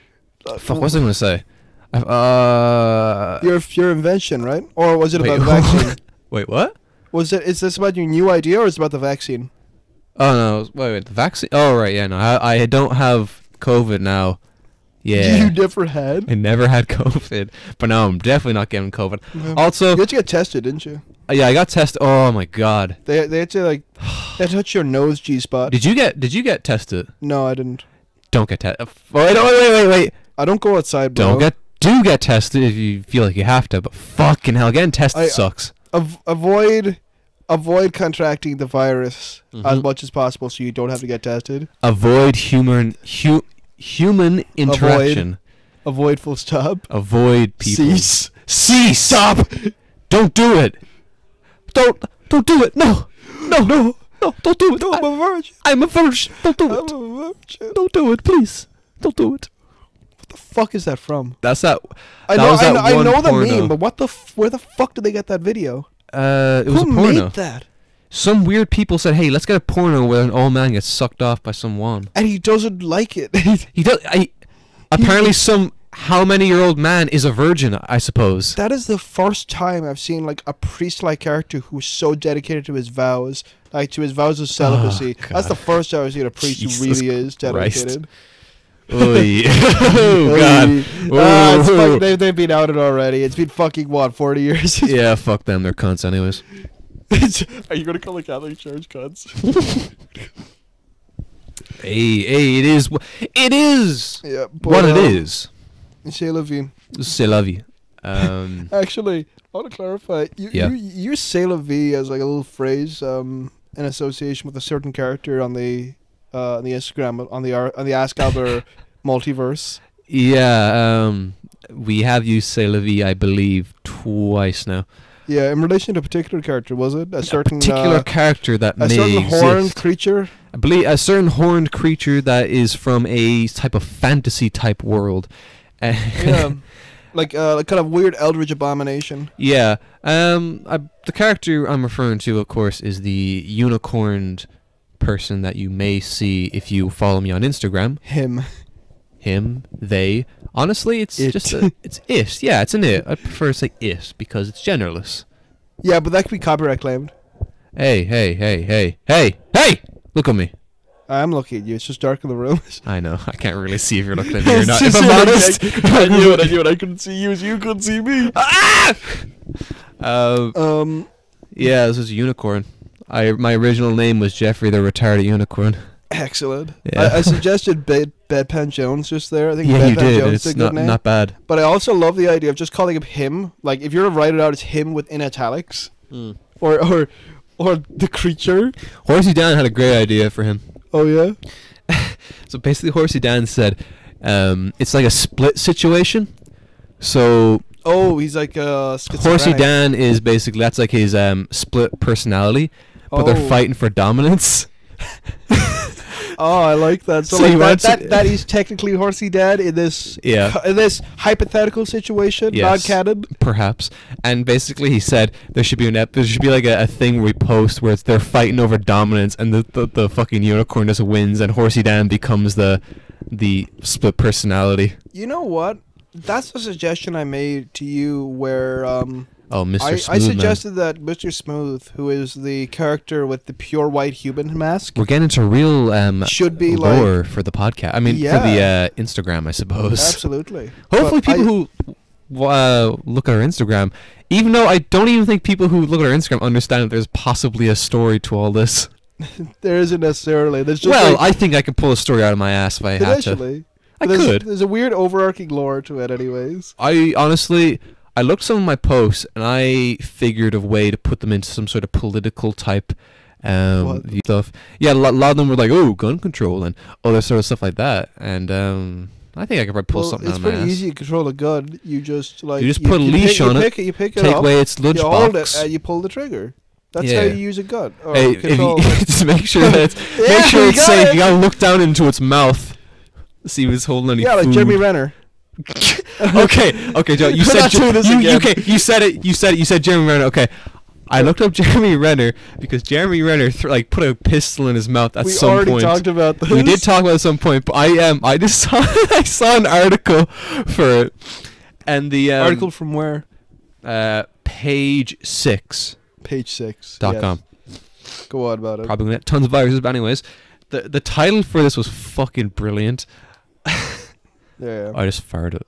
Speaker 1: Uh,
Speaker 2: fuck, what was I gonna say? I, uh,
Speaker 1: Your your invention, right? Or was it
Speaker 2: Wait,
Speaker 1: about vaccine?
Speaker 2: wait, what?
Speaker 1: Was it is this about your new idea or is it about the vaccine?
Speaker 2: Oh no, it was- wait, wait, the vaccine. Oh right, yeah, no, I, I don't have COVID now. Yeah,
Speaker 1: You never had.
Speaker 2: I never had COVID, but now I'm definitely not getting COVID.
Speaker 1: Yeah.
Speaker 2: Also,
Speaker 1: You had to get tested, didn't you?
Speaker 2: yeah, I got tested. Oh my god,
Speaker 1: They they had to like they had to touch your nose G spot.
Speaker 2: did you get did you get tested?
Speaker 1: No, I didn't.
Speaker 2: Don't get
Speaker 1: Oh,
Speaker 2: tested. Wait, wait, wait, wait, wait.
Speaker 1: I don't go outside, bro.
Speaker 2: Don't get do get tested if you feel like you have to. But fucking hell, getting tested
Speaker 1: I- uh,
Speaker 2: sucks.
Speaker 1: Av- avoid avoid contracting the virus as
Speaker 2: Mhm.
Speaker 1: much as possible so you don't have to get tested.
Speaker 2: Avoid human hu- human interaction.
Speaker 1: Avoid full stop.
Speaker 2: Avoid, people.
Speaker 1: Cease.
Speaker 2: Cease. Stop. Don't do it. Don't don't do it. No. No. No. No. Don't do it.
Speaker 1: No, I'm a virgin.
Speaker 2: I, am a virgin. Don't
Speaker 1: I'm
Speaker 2: do it.
Speaker 1: a virgin.
Speaker 2: Don't do it, please. Don't do it.
Speaker 1: What the fuck is that from?
Speaker 2: That's that.
Speaker 1: I
Speaker 2: That
Speaker 1: know,
Speaker 2: was
Speaker 1: I
Speaker 2: that
Speaker 1: know, I
Speaker 2: one
Speaker 1: know the
Speaker 2: porno.
Speaker 1: meme, but what the f- where the fuck did they get that video?
Speaker 2: Uh, it was
Speaker 1: Who
Speaker 2: a porno.
Speaker 1: made that?
Speaker 2: Some weird people said, "Hey, let's get a porno where an old man gets sucked off by someone."
Speaker 1: And he doesn't like it.
Speaker 2: He does. I, apparently, some how many year old man is a virgin? I suppose.
Speaker 1: That is the first time I've seen like a priest-like character who's so dedicated to his vows, like to his vows of celibacy.
Speaker 2: Oh, God.
Speaker 1: That's the first time I've seen a priest
Speaker 2: Jesus
Speaker 1: who really is
Speaker 2: Christ.
Speaker 1: dedicated.
Speaker 2: Oy. oh God.
Speaker 1: Ah, it's
Speaker 2: Ooh.
Speaker 1: fuck, they, they've been outed already. It's been fucking what forty years.
Speaker 2: Yeah, fuck them. They're cunts, anyways.
Speaker 1: Are you gonna call the Catholic Church cunts?
Speaker 2: Hey, hey, it is. wh- It is
Speaker 1: yeah, but,
Speaker 2: what it
Speaker 1: um,
Speaker 2: is.
Speaker 1: C'est la vie.
Speaker 2: C'est la vie. Um,
Speaker 1: Actually, I want to clarify. You
Speaker 2: Yeah.
Speaker 1: you you use "c'est la vie" as like a little phrase um, in association with a certain character on the uh, on the Instagram on the ar- on the Ask Albert multiverse.
Speaker 2: yeah. Um, we have used c'est la vie, I believe, twice now.
Speaker 1: Yeah, in relation to a particular character, was it a certain
Speaker 2: a particular
Speaker 1: uh,
Speaker 2: character that
Speaker 1: a
Speaker 2: may
Speaker 1: certain horned
Speaker 2: exist.
Speaker 1: creature?
Speaker 2: I believe a certain horned creature that is from a type of fantasy type world.
Speaker 1: Yeah, like uh, like kind of weird eldritch abomination.
Speaker 2: Yeah. Um. I, the character I'm referring to, of course, is the unicorned person that you may see if you follow me on Instagram.
Speaker 1: Him.
Speaker 2: Him, they. Honestly, it's
Speaker 1: It.
Speaker 2: just a, it's it. Yeah, it's an it. I prefer to say it because it's genderless.
Speaker 1: Yeah, but that could be copyright claimed.
Speaker 2: Hey, hey, hey, hey, hey, hey! Look at me.
Speaker 1: I'm looking at you. It's just dark in the room.
Speaker 2: I know. I can't really see if you're looking at me or
Speaker 1: It's
Speaker 2: not. If
Speaker 1: just
Speaker 2: I'm
Speaker 1: your
Speaker 2: honest.
Speaker 1: neck. I knew it. I knew it. I couldn't see you, so you couldn't see me.
Speaker 2: Ah! Uh,
Speaker 1: Um.
Speaker 2: yeah, this is a unicorn. I my original name was Jeffrey the retarded unicorn.
Speaker 1: Excelled.
Speaker 2: Yeah.
Speaker 1: I, I suggested Bed Bedpan Jones just there. I think
Speaker 2: Yeah,
Speaker 1: Bedpan
Speaker 2: you did.
Speaker 1: Jones is
Speaker 2: it's
Speaker 1: a good
Speaker 2: not
Speaker 1: name.
Speaker 2: not bad.
Speaker 1: but I also love the idea of just calling him him. Like if you're to write it out, it's him within italics, or or or the creature.
Speaker 2: Horsey Dan had a great idea for him.
Speaker 1: Oh yeah.
Speaker 2: So basically, Horsey Dan said, um, "It's like a split situation." So
Speaker 1: Oh, he's like uh.
Speaker 2: Horsey
Speaker 1: schizophrenic.
Speaker 2: Dan is basically that's like his um, split personality, but they're
Speaker 1: Oh.
Speaker 2: fighting for dominance.
Speaker 1: Oh, I like that. So,
Speaker 2: So
Speaker 1: like
Speaker 2: you
Speaker 1: that,
Speaker 2: want
Speaker 1: that,
Speaker 2: to-
Speaker 1: that is technically horsey dad in this
Speaker 2: Yeah.
Speaker 1: in this hypothetical situation,
Speaker 2: Yes.
Speaker 1: non-canon.
Speaker 2: Perhaps, and basically he said there should be an ep- there should be like a, a thing we post where it's they're fighting over dominance, and the, the the fucking unicorn just wins, and Horsey Dan becomes the the split personality.
Speaker 1: You know what? That's a suggestion I made to you where um.
Speaker 2: Oh, Mr.
Speaker 1: I,
Speaker 2: Smooth
Speaker 1: I
Speaker 2: Man.
Speaker 1: suggested that Mr. Smooth, who is the character with the pure white human mask,
Speaker 2: We're getting into real um,
Speaker 1: should be like
Speaker 2: lore for the podcast. I mean, for
Speaker 1: Yeah.
Speaker 2: the uh, Instagram, I suppose.
Speaker 1: absolutely.
Speaker 2: Hopefully,
Speaker 1: But I-
Speaker 2: people who w- uh, look at our Instagram, even though I don't even think people who look at our Instagram understand that there's possibly a story to all this.
Speaker 1: there isn't necessarily. There's just
Speaker 2: well,
Speaker 1: like,
Speaker 2: I think I could pull a story out of my ass if I had to.
Speaker 1: potentially.
Speaker 2: I
Speaker 1: there's,
Speaker 2: could.
Speaker 1: There's a weird overarching lore to it, anyways.
Speaker 2: I honestly, I looked some of my posts and I figured a way to put them into some sort of political type um,
Speaker 1: What?
Speaker 2: view stuff. Yeah, a lot, lot of them were like, "Oh, gun control" and other sort of stuff like that. And um, I think I could probably pull
Speaker 1: Well,
Speaker 2: something
Speaker 1: it's
Speaker 2: out of my
Speaker 1: pretty
Speaker 2: ass.
Speaker 1: easy to control a gun. You just like
Speaker 2: just put a leash
Speaker 1: pick,
Speaker 2: on
Speaker 1: you
Speaker 2: it,
Speaker 1: Pick it. You pick it
Speaker 2: Take
Speaker 1: up.
Speaker 2: away its lunchbox.
Speaker 1: you hold it and you pull the trigger. That's
Speaker 2: Yeah.
Speaker 1: how you use a gun. Or
Speaker 2: Hey, if
Speaker 1: control.
Speaker 2: you, just make sure that it's,
Speaker 1: Yeah,
Speaker 2: make sure
Speaker 1: you
Speaker 2: it's
Speaker 1: got
Speaker 2: safe.
Speaker 1: it.
Speaker 2: You gotta look down into its mouth. See if it's holding any
Speaker 1: yeah, like
Speaker 2: food.
Speaker 1: Jeremy Renner.
Speaker 2: okay, okay, Joe. You
Speaker 1: We're
Speaker 2: said
Speaker 1: not
Speaker 2: Jer-
Speaker 1: doing this
Speaker 2: you,
Speaker 1: again.
Speaker 2: you, okay. You said it. You said it. You said Jeremy Renner. Okay, I looked up Jeremy Renner because Jeremy Renner th- like put a pistol in his mouth at
Speaker 1: we
Speaker 2: some
Speaker 1: already
Speaker 2: point.
Speaker 1: talked about this.
Speaker 2: we did talk about it at some point, but I um I just saw I saw an article for it, and the um,
Speaker 1: Article from where?
Speaker 2: uh page six
Speaker 1: Page six.
Speaker 2: dot
Speaker 1: yes.
Speaker 2: com
Speaker 1: Go on about it.
Speaker 2: probably gonna- tons of viruses, but anyways. The, the title for this was fucking brilliant.
Speaker 1: Yeah.
Speaker 2: I just fired it.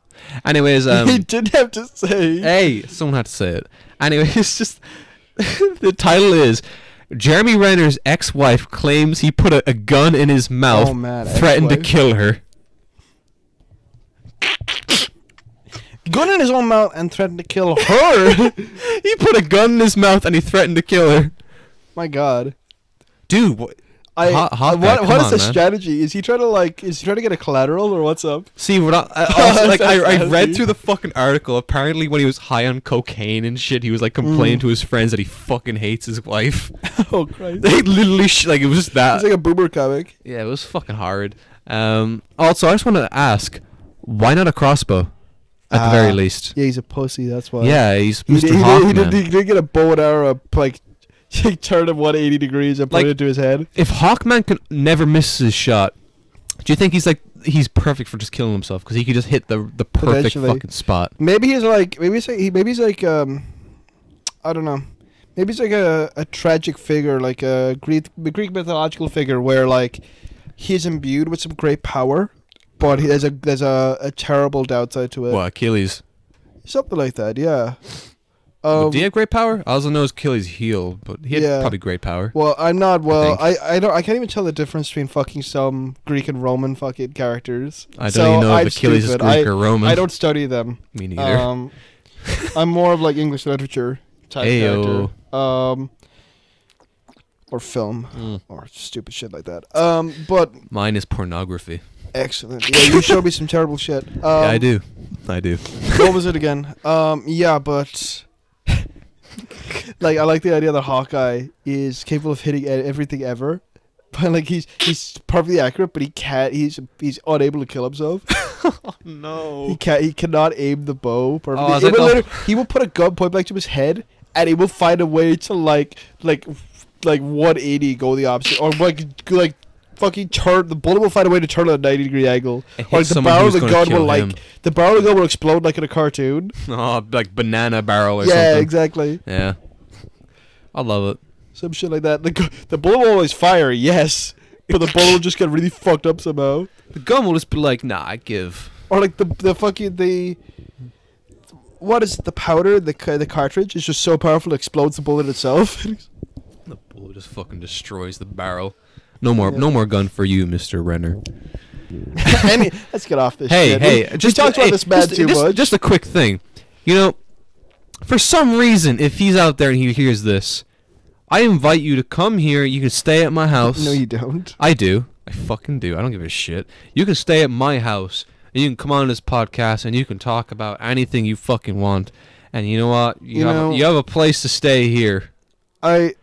Speaker 2: Anyways,
Speaker 1: he
Speaker 2: um, Eh.
Speaker 1: did have to say.
Speaker 2: hey, someone had to say it. Anyway, it's just the title is Jeremy Renner's ex-wife claims he put a, a gun in his mouth,
Speaker 1: Oh, man,
Speaker 2: threatened to
Speaker 1: ex-wife.
Speaker 2: kill her.
Speaker 1: Gun in his own mouth and threatened to kill her.
Speaker 2: He put a gun in his mouth and he threatened to kill her.
Speaker 1: My God.
Speaker 2: Dude, what?
Speaker 1: I,
Speaker 2: Hot- hot
Speaker 1: I-
Speaker 2: guy,
Speaker 1: what, what
Speaker 2: come
Speaker 1: is
Speaker 2: on,
Speaker 1: the
Speaker 2: man.
Speaker 1: strategy? Is he trying to like? Is he trying to get a collateral or what's up?
Speaker 2: See, what I, I also, like I, I
Speaker 1: That's
Speaker 2: read
Speaker 1: nasty.
Speaker 2: through the fucking article. Apparently, when he was high on cocaine and shit, he was like complaining
Speaker 1: Mm.
Speaker 2: to his friends that he fucking hates his wife.
Speaker 1: oh Christ!
Speaker 2: They literally sh- like it was just that.
Speaker 1: He's like a boomer comic.
Speaker 2: yeah, it was fucking hard. Um, also, I just want to ask, why not a crossbow? At the very
Speaker 1: Ah,
Speaker 2: least.
Speaker 1: Yeah, he's a pussy. That's why.
Speaker 2: Yeah, he's
Speaker 1: He,
Speaker 2: Mr.
Speaker 1: did, he, did, he,
Speaker 2: Hawkman.
Speaker 1: did, he did get a bow and arrow, like he turned it 180 degrees and put
Speaker 2: Like-
Speaker 1: it into his head.
Speaker 2: if Hawkman can never miss his shot, do you think he's like he's perfect for just killing himself because he could just hit the the perfect
Speaker 1: Potentially.
Speaker 2: fucking spot?
Speaker 1: Maybe he's like, maybe he's like, he, maybe he's like, um, I don't know. Maybe he's like a, a tragic figure, like a Greek a Greek mythological figure, where like he's imbued with some great power, but he, there's a there's a, a terrible downside to it.
Speaker 2: What Achilles?
Speaker 1: Something like that, yeah.
Speaker 2: Well,
Speaker 1: Um,
Speaker 2: do you have great power? I also know it's Achilles' heel, but he had
Speaker 1: Yeah.
Speaker 2: probably great power.
Speaker 1: well, I'm not. Well, I,
Speaker 2: think.
Speaker 1: I don't. I can't even tell the difference between fucking some Greek and Roman fucking characters.
Speaker 2: I don't
Speaker 1: So
Speaker 2: even know
Speaker 1: I'm
Speaker 2: if Achilles
Speaker 1: stupid.
Speaker 2: is Greek
Speaker 1: I,
Speaker 2: or Roman.
Speaker 1: I don't study them.
Speaker 2: Me neither.
Speaker 1: Um, I'm more of like English literature type
Speaker 2: Ayo.
Speaker 1: character. Um, or film
Speaker 2: Mm.
Speaker 1: or stupid shit like that. Um, but
Speaker 2: Mine is pornography.
Speaker 1: excellent. Yeah, you showed me some terrible shit. Um,
Speaker 2: yeah, I do. I do.
Speaker 1: What was it again? Um, yeah, but like I like the idea that Hawkeye is capable of hitting e- everything ever. But like he's he's perfectly accurate, but he can't. He's he's unable to kill himself. He
Speaker 2: Oh, No.
Speaker 1: can He cannot aim the bow perfectly.
Speaker 2: Oh, is
Speaker 1: It
Speaker 2: it-
Speaker 1: will
Speaker 2: oh.
Speaker 1: literally- he will put a gun point back to his head, and he will find a way to like, like, like 180 go the opposite, or like, g- like, fucking turn. The bullet will find a way to turn at a 90 degree angle. Or the barrel of the gun will like, the barrel of the gun will explode like in a cartoon.
Speaker 2: oh, like banana barrel or
Speaker 1: yeah,
Speaker 2: something.
Speaker 1: exactly.
Speaker 2: Yeah. I love it.
Speaker 1: Some shit like that. The gu- the bullet will always fire, yes, but the bullet will just get really fucked up somehow.
Speaker 2: The gun will just be like, nah, I give.
Speaker 1: Or like the the fucking the what is it, the powder the ca- the cartridge is just so powerful it explodes the bullet itself.
Speaker 2: The bullet just fucking destroys the barrel. No more,
Speaker 1: Yeah.
Speaker 2: no more gun for you, Mister Renner.
Speaker 1: Any, let's get off this.
Speaker 2: Hey,
Speaker 1: shit.
Speaker 2: hey,
Speaker 1: we,
Speaker 2: just
Speaker 1: we talked
Speaker 2: hey,
Speaker 1: about this man
Speaker 2: just,
Speaker 1: too
Speaker 2: just-
Speaker 1: much.
Speaker 2: Just a quick thing, you know. For some reason, if he's out there and he hears this, I invite you to come here. You can stay at my house.
Speaker 1: no, you don't.
Speaker 2: I do. I fucking do. I don't give a shit. You can stay at my house and you can come on this podcast and you can talk about anything you fucking want. And you know what? You,
Speaker 1: You
Speaker 2: have,
Speaker 1: know-
Speaker 2: you have a place to stay here.
Speaker 1: I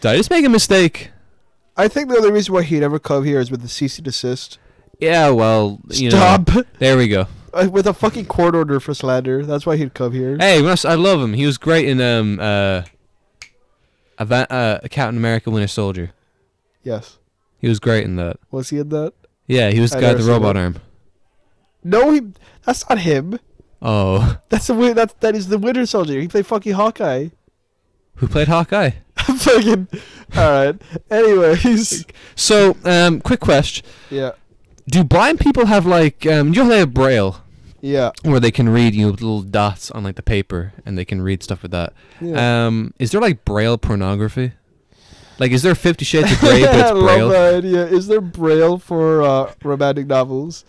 Speaker 2: Did I just make a mistake?
Speaker 1: I think the only reason why he'd ever come here is with the cease and desist.
Speaker 2: Yeah, well, you
Speaker 1: Stop
Speaker 2: know. There we go.
Speaker 1: Uh, with a fucking court order for slander. That's why he'd come here.
Speaker 2: Hey, when I s- I love him. He was great in um uh, Ava- uh Captain America Winter Soldier.
Speaker 1: Yes,
Speaker 2: He was great in that.
Speaker 1: was he in that?
Speaker 2: Yeah, he was the
Speaker 1: I
Speaker 2: guy with
Speaker 1: never
Speaker 2: the
Speaker 1: seen
Speaker 2: robot
Speaker 1: that.
Speaker 2: arm.
Speaker 1: No, he. That's not him.
Speaker 2: Oh,
Speaker 1: That's the wi- that that is the Winter Soldier. He played fucking Hawkeye.
Speaker 2: who played Hawkeye?
Speaker 1: fucking. All right. Anyways.
Speaker 2: So, um, quick question:
Speaker 1: Yeah.
Speaker 2: Do blind people have like um, do you know how they have braille?
Speaker 1: Yeah.
Speaker 2: where they can read you know, little dots on like the paper and they can read stuff with that.
Speaker 1: yeah.
Speaker 2: Um, is there like braille pornography? Like, is there Fifty Shades of Grey but it's
Speaker 1: I love
Speaker 2: braille?
Speaker 1: that idea. Is there braille for uh, romantic novels?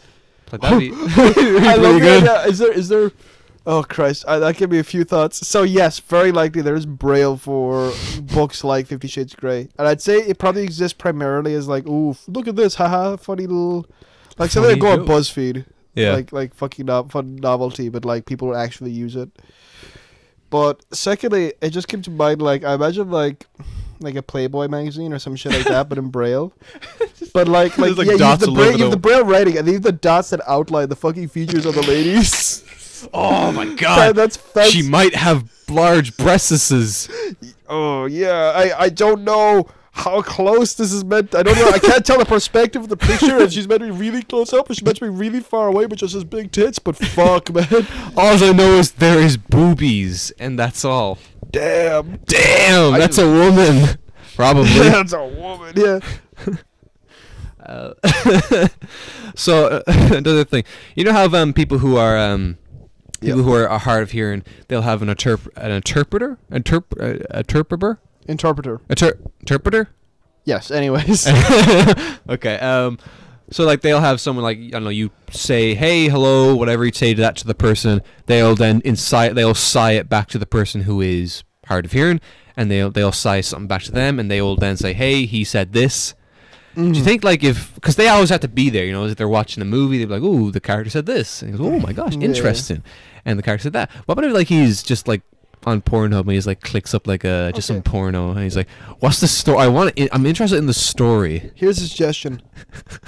Speaker 2: Like, that'd be-
Speaker 1: I
Speaker 2: pretty
Speaker 1: love
Speaker 2: good.
Speaker 1: that idea. Is there is there Oh Christ! I, that gave me a few thoughts. So yes, very likely there is braille for books like Fifty Shades Grey, and I'd say it probably exists primarily as like, ooh, f- look at this, haha, funny little, like something that
Speaker 2: Funny
Speaker 1: go on
Speaker 2: joke.
Speaker 1: BuzzFeed,
Speaker 2: Yeah.
Speaker 1: like like fucking no- fun novelty, but like people actually use it. But secondly, it just came to mind like I imagine like like a Playboy magazine or some shit like that, but in braille. But like like,
Speaker 2: There's, like,
Speaker 1: yeah, you have
Speaker 2: dots
Speaker 1: the
Speaker 2: all
Speaker 1: braille,
Speaker 2: over
Speaker 1: you have
Speaker 2: the-
Speaker 1: the braille writing, and you have the dots that outline the fucking features of the ladies.
Speaker 2: oh my
Speaker 1: That-
Speaker 2: god.
Speaker 1: that's, that's
Speaker 2: she might have large breasts.
Speaker 1: Oh yeah, I I don't know how close this is meant. I don't know. I can't tell the perspective of the picture. If she's meant to be really close up, or she's meant to be really far away, but just as big tits. But fuck, man,
Speaker 2: All I know is there is boobies, and that's all.
Speaker 1: damn,
Speaker 2: Damn,
Speaker 1: I
Speaker 2: that's a woman. Probably.
Speaker 1: that's a woman. Yeah,
Speaker 2: Uh, so uh, another thing, you know how um, people who are um, people
Speaker 1: Yeah.
Speaker 2: who are, are hard of hearing, they'll have an interp an interpreter, interp uh, interpreter,
Speaker 1: interpreter.
Speaker 2: Inter- interpreter.
Speaker 1: Yes. Anyways,
Speaker 2: okay. Um, so like they'll have someone like I don't know, you say hey, hello, whatever you say to that to the person. They'll then incite, they'll sigh it back to the person who is hard of hearing, and they'll they'll sigh something back to them, and they will then say hey, he said this. Do
Speaker 1: Mm-hmm.
Speaker 2: you think like if because they always have to be there, you know, if they're watching a movie, they're like, "Ooh, the character said this," and he goes, "Oh my gosh,
Speaker 1: Yeah.
Speaker 2: interesting," and the character said that. What about if like he's just like on Pornhub and he's like clicks up like a just some
Speaker 1: Okay.
Speaker 2: porno and he's like, "What's the story? I want. It. I'm interested in the story."
Speaker 1: here's a suggestion.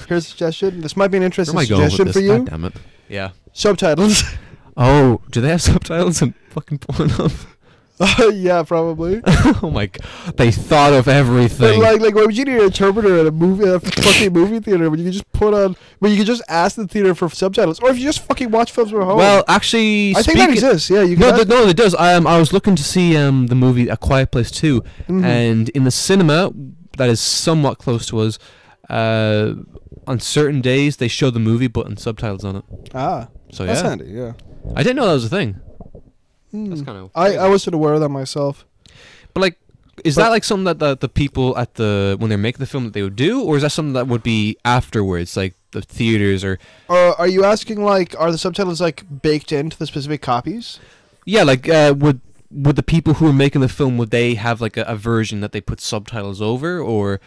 Speaker 1: Here's a suggestion. This might be an
Speaker 2: Where
Speaker 1: interesting
Speaker 2: am I going with
Speaker 1: suggestion
Speaker 2: this?
Speaker 1: for you.
Speaker 2: God damn it! Yeah.
Speaker 1: Subtitles.
Speaker 2: Oh, do they have subtitles in fucking Pornhub?
Speaker 1: yeah, probably.
Speaker 2: oh my! g- They thought of
Speaker 1: But
Speaker 2: everything.
Speaker 1: like, like, why would you need an interpreter at a movie, at a fucking movie theater when you could just put on, when you could just ask the theater for subtitles, or if you just fucking watch films from home?
Speaker 2: well, actually,
Speaker 1: oh. I think that
Speaker 2: speaking-
Speaker 1: exists. Yeah, you can.
Speaker 2: No,
Speaker 1: ask-
Speaker 2: th- no, it does. Um, I was looking to see um the movie A Quiet Place 2
Speaker 1: Mhm.
Speaker 2: and in the cinema that is somewhat close to us. Uh, on certain days they show the movie, but in subtitles on it.
Speaker 1: ah,
Speaker 2: So
Speaker 1: that's
Speaker 2: Oh, yeah,
Speaker 1: handy. Yeah,
Speaker 2: I didn't know that was a thing. That's
Speaker 1: Hmm.
Speaker 2: kind of.
Speaker 1: I I wasn't aware of that myself.
Speaker 2: But like, is
Speaker 1: But-
Speaker 2: that like something that the, the people at the when they're making the film that they would do, or is that something that would be afterwards, like the theaters or
Speaker 1: Uh, are you asking like, are the subtitles like baked into the specific copies?
Speaker 2: yeah, like uh, would would the people who are making the film would they have like a, a version that they put subtitles over, or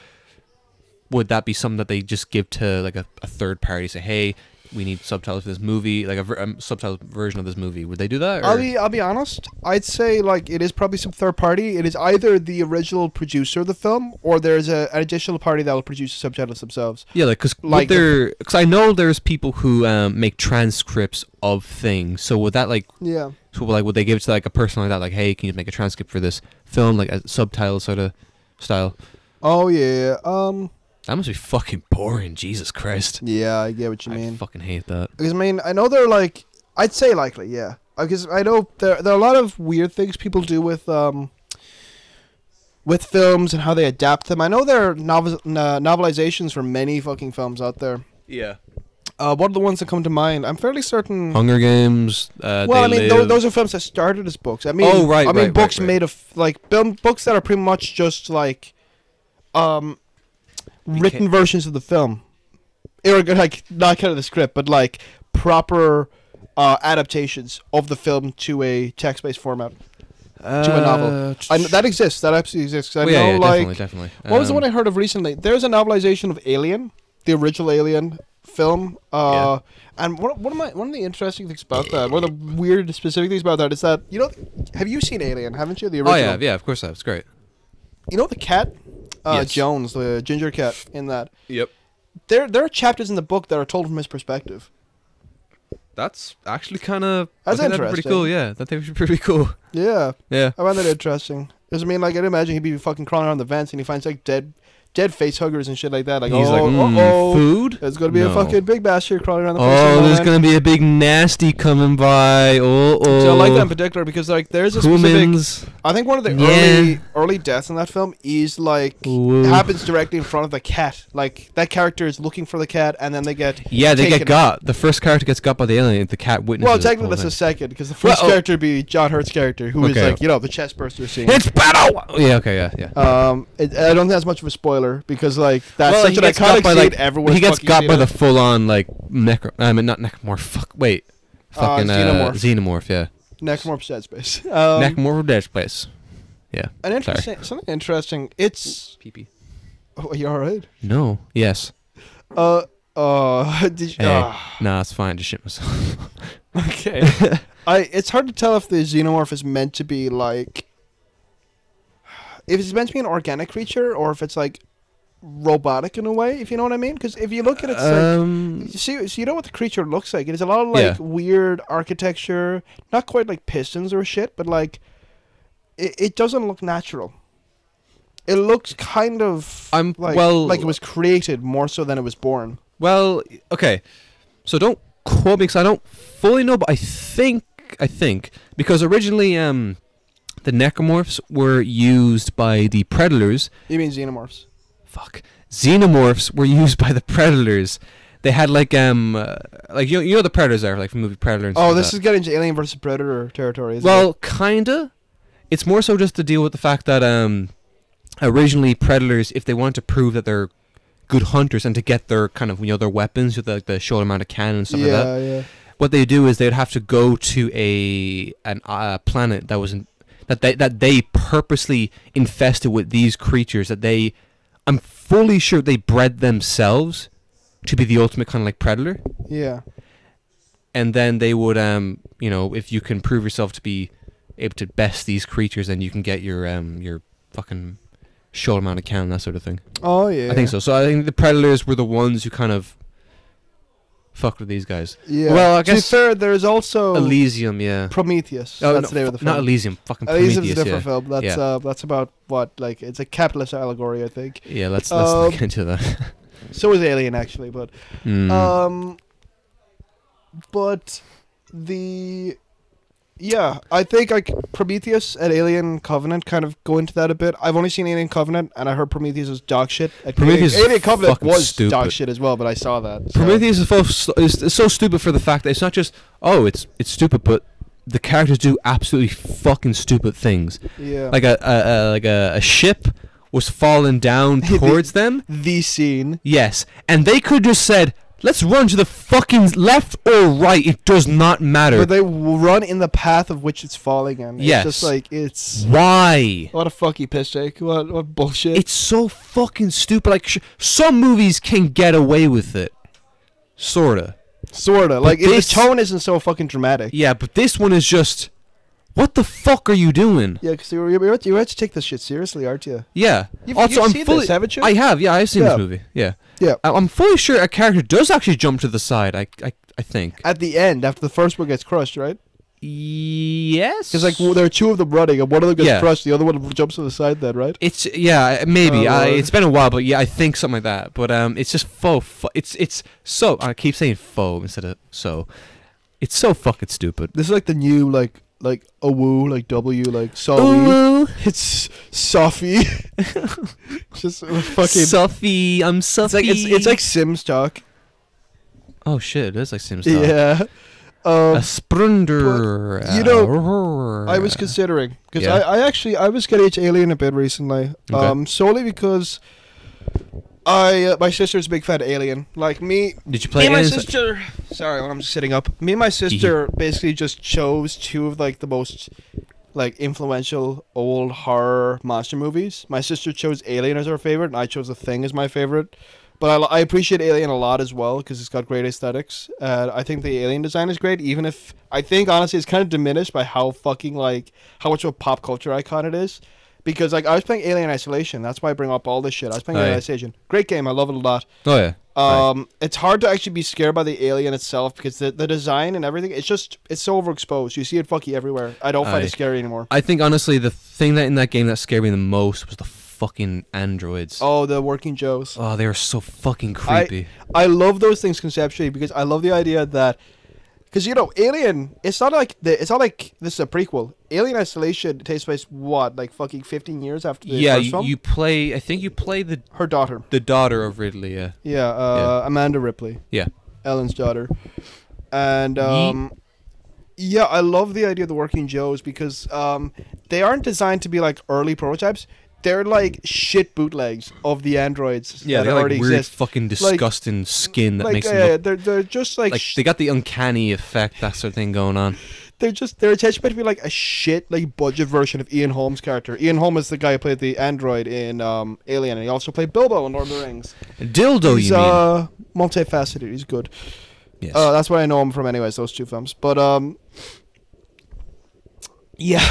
Speaker 2: would that be something that they just give to like a, a third party? Say, hey, we need subtitles for this movie, like a, ver- um subtitled version of this movie. Would they do that?
Speaker 1: I'll
Speaker 2: or-
Speaker 1: be I'll be honest. I'd say like it is probably some third party. It is either the original producer of the film, or there's a, an additional party that will produce the subtitles themselves.
Speaker 2: Yeah, like because
Speaker 1: Like the-
Speaker 2: there, because I know there's people who um, make transcripts of things. So would that like,
Speaker 1: Yeah.
Speaker 2: so like, would they give it to like a person like that? Like, hey, can you make a transcript for this film, like a subtitle sort of style?
Speaker 1: Oh yeah. Um.
Speaker 2: That must be fucking boring. Jesus Christ,
Speaker 1: Yeah, I get what you mean.
Speaker 2: I fucking hate that.
Speaker 1: Because I mean, I know they're like, I'd say likely, yeah. Because I know there there are a lot of weird things people do with um with films and how they adapt them. I know there are novel uh, novelizations for many fucking films out there.
Speaker 2: Yeah.
Speaker 1: Uh, one of the ones that come to mind, I'm fairly certain.
Speaker 2: Hunger Games. Uh,
Speaker 1: well, I
Speaker 2: They
Speaker 1: mean, tho-
Speaker 2: Live.
Speaker 1: those are films that started as books. I mean,
Speaker 2: Oh, right,
Speaker 1: I mean,
Speaker 2: right, right,
Speaker 1: books
Speaker 2: right.
Speaker 1: made of like film, books that are pretty much just like um
Speaker 2: ca-
Speaker 1: written versions of the film, or like not kind of the script, but like proper uh, adaptations of the film to a text-based format. to a novel.
Speaker 2: Uh,
Speaker 1: I know, that exists. That absolutely exists. 'cause I
Speaker 2: well, yeah,
Speaker 1: know,
Speaker 2: yeah,
Speaker 1: like,
Speaker 2: definitely, definitely.
Speaker 1: what was the
Speaker 2: Um,
Speaker 1: one I heard of recently? There's a novelization of Alien, the original Alien film. Uh, And one, one of my one of the interesting things about that, one of the weird specific things about that is that you know, have you seen Alien? Haven't you? The original.
Speaker 2: Oh yeah, yeah. Of course, that was great.
Speaker 1: You know the cat, uh,
Speaker 2: Yes.
Speaker 1: Jones, the ginger cat in that.
Speaker 2: Yep.
Speaker 1: There, there are chapters in the book that are told from his perspective.
Speaker 2: That's actually kind of.
Speaker 1: That's
Speaker 2: Pretty
Speaker 1: interesting.
Speaker 2: cool. Yeah, that would be pretty cool.
Speaker 1: Yeah,
Speaker 2: Yeah.
Speaker 1: I find that interesting. Because I mean, like, I'd imagine he'd be fucking crawling around the vents and he finds like dead, dead face huggers and shit like that. Like,
Speaker 2: He's
Speaker 1: oh,
Speaker 2: like, mm,
Speaker 1: uh-oh,
Speaker 2: food.
Speaker 1: there's gonna be a
Speaker 2: No.
Speaker 1: fucking big bastard crawling around the. face of
Speaker 2: Oh,
Speaker 1: the
Speaker 2: there's
Speaker 1: line."
Speaker 2: gonna be a big nasty coming by. Oh, oh.
Speaker 1: So I like that in particular because like there's a specific.
Speaker 2: Humans.
Speaker 1: I think one of the
Speaker 2: Yeah.
Speaker 1: early early deaths in that film is like
Speaker 2: Woo.
Speaker 1: it happens directly in front of the cat. Like that character is looking for the cat, and then they get
Speaker 2: Yeah, they
Speaker 1: taken.
Speaker 2: get got. The first character gets got by the alien. The cat witnesses.
Speaker 1: Well,
Speaker 2: it
Speaker 1: technically
Speaker 2: the
Speaker 1: that's
Speaker 2: whole
Speaker 1: the second because the first
Speaker 2: Well, oh.
Speaker 1: character would be John Hurt's character, who is
Speaker 2: Okay.
Speaker 1: like you know the chest burster
Speaker 2: thing.
Speaker 1: scene.
Speaker 2: It's battle. Yeah. Okay. Yeah. Yeah.
Speaker 1: Um, it, I don't think that's much of a spoiler because like that's
Speaker 2: Well,
Speaker 1: such
Speaker 2: he
Speaker 1: an
Speaker 2: gets got
Speaker 1: iconic
Speaker 2: by,
Speaker 1: scene.
Speaker 2: like-
Speaker 1: everyone
Speaker 2: he gets
Speaker 1: fucking
Speaker 2: got
Speaker 1: seen
Speaker 2: by
Speaker 1: it.
Speaker 2: the full on like necro. I mean, not necromorph. Fuck. Wait.
Speaker 1: Uh,
Speaker 2: Fucking uh, xenomorph. yeah.
Speaker 1: Necromorph's Dead Space. Um,
Speaker 2: Neckmore from Dead Place.
Speaker 1: an interesting, something interesting. It's.
Speaker 2: PP.
Speaker 1: Oh, are you alright?
Speaker 2: No. Yes.
Speaker 1: Uh, uh, did you,
Speaker 2: Hey.
Speaker 1: ah,
Speaker 2: Nah, it's fine. Just shit myself.
Speaker 1: okay. I. It's hard to tell if the xenomorph is meant to be like. If it's meant to be an organic creature or if it's like robotic in a way, if you know what I mean. Because if you look at its like,
Speaker 2: um,
Speaker 1: You see, so you know what the creature looks like. It is a lot of like
Speaker 2: Yeah.
Speaker 1: weird architecture, not quite like pistons or shit, but like it, it doesn't look natural. It looks kind of
Speaker 2: I'm-
Speaker 1: like
Speaker 2: well-
Speaker 1: like it was created more so than it was born.
Speaker 2: well, okay. So don't quote me because I don't fully know, but I think I think because originally um, the necromorphs were used by the predators
Speaker 1: You mean xenomorphs?
Speaker 2: fuck xenomorphs were used by the predators they had like um uh, like you know, you know the predators are like from the movie predator and stuff
Speaker 1: Oh,
Speaker 2: like
Speaker 1: this
Speaker 2: that.
Speaker 1: is getting into alien versus predator territory. Isn't
Speaker 2: well kinda it's more so just to deal with the fact that um originally predators if they want to prove that they're good hunters and to get their kind of you know their weapons with like the shoulder mounted cannon and
Speaker 1: it?
Speaker 2: stuff
Speaker 1: yeah,
Speaker 2: like that
Speaker 1: yeah.
Speaker 2: what they do is they'd have to go to a an uh, planet that was in, that they that they purposely infested with these creatures that they I'm fully sure they bred themselves to be the ultimate kind of like predator
Speaker 1: Yeah,
Speaker 2: and then they would um you know if you can prove yourself to be able to best these creatures then you can get your um your fucking shoulder mounted cannon that sort of thing
Speaker 1: Oh yeah.
Speaker 2: I think so so I think the predators were the ones who kind of fucked with these guys
Speaker 1: Yeah.
Speaker 2: Well, I
Speaker 1: to be
Speaker 2: guess-
Speaker 1: fair, there is also
Speaker 2: Elysium yeah
Speaker 1: Prometheus.
Speaker 2: Oh,
Speaker 1: that's
Speaker 2: no,
Speaker 1: the name of
Speaker 2: fu-
Speaker 1: the
Speaker 2: Not
Speaker 1: film. Oh,
Speaker 2: Elysium, fucking
Speaker 1: Elysium's a
Speaker 2: Prometheus.
Speaker 1: different
Speaker 2: yeah.
Speaker 1: film. That's
Speaker 2: Yeah.
Speaker 1: uh, that's about what like it's a capitalist allegory, I think.
Speaker 2: yeah, let's let's
Speaker 1: Um,
Speaker 2: look into that.
Speaker 1: So is Alien actually, but
Speaker 2: Mm.
Speaker 1: Um, but the yeah, I think like Prometheus and Alien Covenant kind of go into that a bit. I've only seen Alien Covenant, and I heard Prometheus is dog shit. Like,
Speaker 2: Prometheus is
Speaker 1: Alien, Alien Covenant
Speaker 2: fucking
Speaker 1: was
Speaker 2: stupid.
Speaker 1: dog shit as well, but I saw that. so-
Speaker 2: Prometheus is, full, is, is so stupid for the fact that it's not just oh, it's it's stupid, but the characters do absolutely fucking stupid things.
Speaker 1: yeah,
Speaker 2: Like a, a, a like a, a ship was falling down
Speaker 1: The-
Speaker 2: towards them.
Speaker 1: the scene.
Speaker 2: Yes, and they could just said, "Let's run to the fucking left or right. It does not matter."
Speaker 1: But they w- run in the path of which it's falling in. It's
Speaker 2: Yes.
Speaker 1: just like it's
Speaker 2: Why?
Speaker 1: what a fucky piss take. What what bullshit.
Speaker 2: It's so fucking stupid. Like sh- some movies can get away with it, sorta.
Speaker 1: sorta like it,
Speaker 2: this-
Speaker 1: the tone isn't so fucking dramatic.
Speaker 2: Yeah, but this one is just, what the fuck are you doing?
Speaker 1: Yeah, because you're, you're, you're about to take this shit seriously, aren't you?
Speaker 2: Yeah.
Speaker 1: You've,
Speaker 2: also,
Speaker 1: you've
Speaker 2: I'm
Speaker 1: seen
Speaker 2: fully.
Speaker 1: this, haven't you?
Speaker 2: I have. Yeah, I've seen
Speaker 1: Yeah.
Speaker 2: this movie. Yeah.
Speaker 1: Yeah.
Speaker 2: I- I'm fully sure a character does actually jump to the side. I I, I think.
Speaker 1: at the end after the first one gets crushed, right?
Speaker 2: yes.
Speaker 1: Because like well, there are two of them running, and one of them gets
Speaker 2: Yeah.
Speaker 1: crushed, the other one jumps to the side. Then right?
Speaker 2: It's yeah, uh, maybe.
Speaker 1: Oh,
Speaker 2: I,
Speaker 1: Lord.
Speaker 2: it's been a while, but yeah, I think something like that. But um, it's just fo. fu- it's it's so. I keep saying fo instead of so. It's so fucking stupid.
Speaker 1: This is like the new like like a woo like w like sowie.
Speaker 2: Oh,
Speaker 1: It's Sophie. Just uh, fucking.
Speaker 2: Suffy, I'm Suffy.
Speaker 1: it's like it's, it's like Sims talk.
Speaker 2: oh shit, it is like Sims. style.
Speaker 1: Yeah.
Speaker 2: a
Speaker 1: Um,
Speaker 2: sprunder.
Speaker 1: you know,
Speaker 2: uh,
Speaker 1: I was considering because
Speaker 2: Yeah.
Speaker 1: I, I actually I was getting into Alien a bit recently,
Speaker 2: Okay.
Speaker 1: um, solely because I uh, my sister's a big fan of Alien. Like me,
Speaker 2: Did you play?
Speaker 1: me and my
Speaker 2: Aliens-
Speaker 1: sister. Sorry, when I'm just sitting up. Me and my sister basically just chose two of like the most like influential old horror monster movies. My sister chose Alien as her favorite, and I chose The Thing as my favorite. But I, li- I appreciate Alien a lot as well because it's got great aesthetics. Uh, I think the Alien design is great, even if I think honestly it's kind of diminished by how fucking like how much of a pop culture icon it is. Because like I was playing Alien Isolation, that's why I bring up all this shit. I was playing
Speaker 2: Aye.
Speaker 1: Alien Isolation, great game, I love it a lot.
Speaker 2: Oh yeah. Right.
Speaker 1: Um, it's hard to actually be scared by the alien itself because the, the design and everything. It's just it's so overexposed. You see it fucky everywhere. I don't find
Speaker 2: Aye.
Speaker 1: it scary anymore.
Speaker 2: I think honestly, the thing that in that game that scared me the most was the fucking androids. Oh,
Speaker 1: Oh, the working Joes.
Speaker 2: they were so fucking
Speaker 1: I-
Speaker 2: creepy.
Speaker 1: I love those things conceptually because I love the idea that because you know Alien. It's not like the, it's not like this is a prequel. Alien Isolation takes place what like fucking fifteen years after the
Speaker 2: yeah,
Speaker 1: first
Speaker 2: you,
Speaker 1: film.
Speaker 2: you play. I think you play the
Speaker 1: Her daughter.
Speaker 2: the daughter of Ridley. Yeah.
Speaker 1: Yeah, uh, Amanda Ripley.
Speaker 2: Yeah.
Speaker 1: Ellen's daughter. And um, yeah, I love the idea of the Working Joes because um, they aren't designed to be like early prototypes. They're like shit bootlegs of the androids
Speaker 2: Yeah,
Speaker 1: that
Speaker 2: they got like
Speaker 1: already
Speaker 2: weird,
Speaker 1: exist.
Speaker 2: fucking disgusting skin that
Speaker 1: like
Speaker 2: makes
Speaker 1: uh,
Speaker 2: them look
Speaker 1: they're they're just like,
Speaker 2: like
Speaker 1: sh-
Speaker 2: they got the uncanny effect, that sort of thing going on.
Speaker 1: they're, they're just they're attached to be like a shit like budget version of Ian Holmes' character. Ian Holm is the guy who played the android in um, Alien, and he also played Bilbo in Lord of the Rings.
Speaker 2: Dildo,
Speaker 1: he's
Speaker 2: Oh, you mean?
Speaker 1: uh, multifaceted. He's good.
Speaker 2: yes.
Speaker 1: Uh, that's where I know him from, anyways. Those two films, but um, yeah,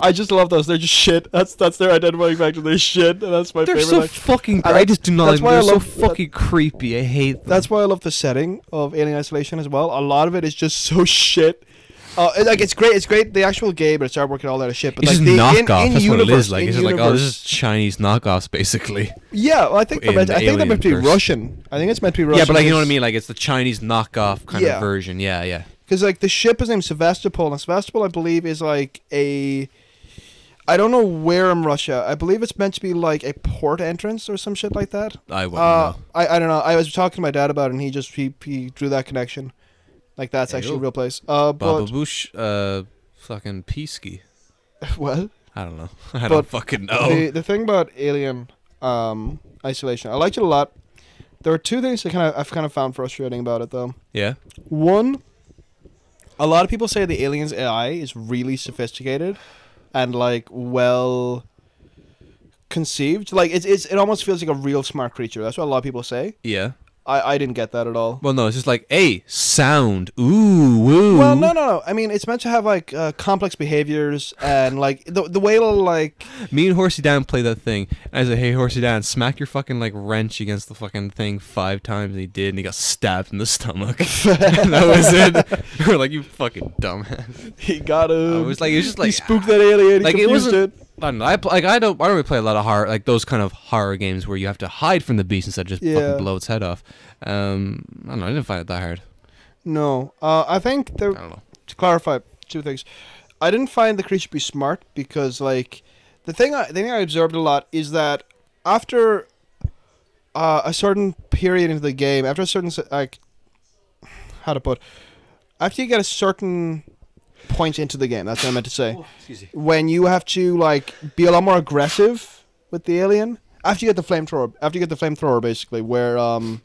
Speaker 1: I just love those. They're just shit. That's that's their identifying factor. They're shit, and that's my
Speaker 2: they're
Speaker 1: favorite.
Speaker 2: so
Speaker 1: like-
Speaker 2: fucking.
Speaker 1: I
Speaker 2: I,
Speaker 1: like-
Speaker 2: just do not.
Speaker 1: that's
Speaker 2: like-
Speaker 1: why I
Speaker 2: They're so
Speaker 1: love- uh,
Speaker 2: fucking creepy. I hate. Them.
Speaker 1: That's why I love the setting of Alien Isolation as well. A lot of it is just so shit. Uh, it- like it's great, it's great. The actual game, but it's artwork and all that shit. But
Speaker 2: It's
Speaker 1: like
Speaker 2: just
Speaker 1: the
Speaker 2: knockoff.
Speaker 1: in, in
Speaker 2: That's
Speaker 1: universe,
Speaker 2: what it is. Like
Speaker 1: in
Speaker 2: it's just like oh, this
Speaker 1: universe-
Speaker 2: is Chinese knockoffs, basically.
Speaker 1: yeah. Well, I think they're
Speaker 2: in
Speaker 1: meant,
Speaker 2: the
Speaker 1: I think they're
Speaker 2: Alien
Speaker 1: meant to be
Speaker 2: verse.
Speaker 1: Russian. I think it's meant to be Russian.
Speaker 2: yeah, but like you know what I
Speaker 1: because-
Speaker 2: mean. Like it's the Chinese knockoff kind
Speaker 1: Yeah.
Speaker 2: of version. Yeah, yeah.
Speaker 1: Because like the ship is named Sevastopol, and Sevastopol, I believe, is like a. I don't know where in Russia. I believe it's meant to be like a port entrance or some shit like that.
Speaker 2: I wouldn't
Speaker 1: Uh,
Speaker 2: know.
Speaker 1: I, I don't know. I was talking to my dad about it, and he just he, he drew that connection. Like that's
Speaker 2: Hey,
Speaker 1: actually a
Speaker 2: yo.
Speaker 1: real place. Uh,
Speaker 2: Baba
Speaker 1: but
Speaker 2: Bush, uh, fucking Pisky.
Speaker 1: well,
Speaker 2: I don't know. I don't
Speaker 1: But
Speaker 2: fucking know.
Speaker 1: the the thing about Alien um, Isolation, I liked it a lot. There are two things that kind of I've kind of found frustrating about it though.
Speaker 2: yeah.
Speaker 1: One, a lot of people say the aliens AI is really sophisticated and like well conceived. Like it's, it's it almost feels like a real smart creature. That's what a lot of people say.
Speaker 2: Yeah.
Speaker 1: I I didn't get that at all.
Speaker 2: Well, no, it's just like, hey, sound. Ooh, woo.
Speaker 1: Well, no, no, no. I mean, it's meant to have like uh, complex behaviors and like the the way it'll like
Speaker 2: Me and Horsey Dan played that thing. And I said, hey, Horsey Dan, smack your fucking, like, wrench against the fucking thing five times. And he did, and he got stabbed in the stomach. and that was it. We We're like, you fucking dumbass.
Speaker 1: he got
Speaker 2: I
Speaker 1: him.
Speaker 2: was like, it was just
Speaker 1: he
Speaker 2: like.
Speaker 1: spooked that alien. He
Speaker 2: like, it
Speaker 1: confused
Speaker 2: wasn't- I don't know. I pl- like I don't. I don't really play a lot of horror, like those kind of horror games where you have to hide from the beast instead of just
Speaker 1: Yeah.
Speaker 2: fucking blow its head off. Um, I don't know. I didn't find it that hard.
Speaker 1: No, uh, I think there
Speaker 2: I don't know.
Speaker 1: to clarify two things. I didn't find the creature to be smart because like the thing I the thing I observed a lot is that after uh, a certain period into the game, after a certain s- like how to put after you get a certain point into the game, that's what I meant to say. When you have to like be a lot more aggressive with the alien after you get the flamethrower, after you get the flamethrower, basically where um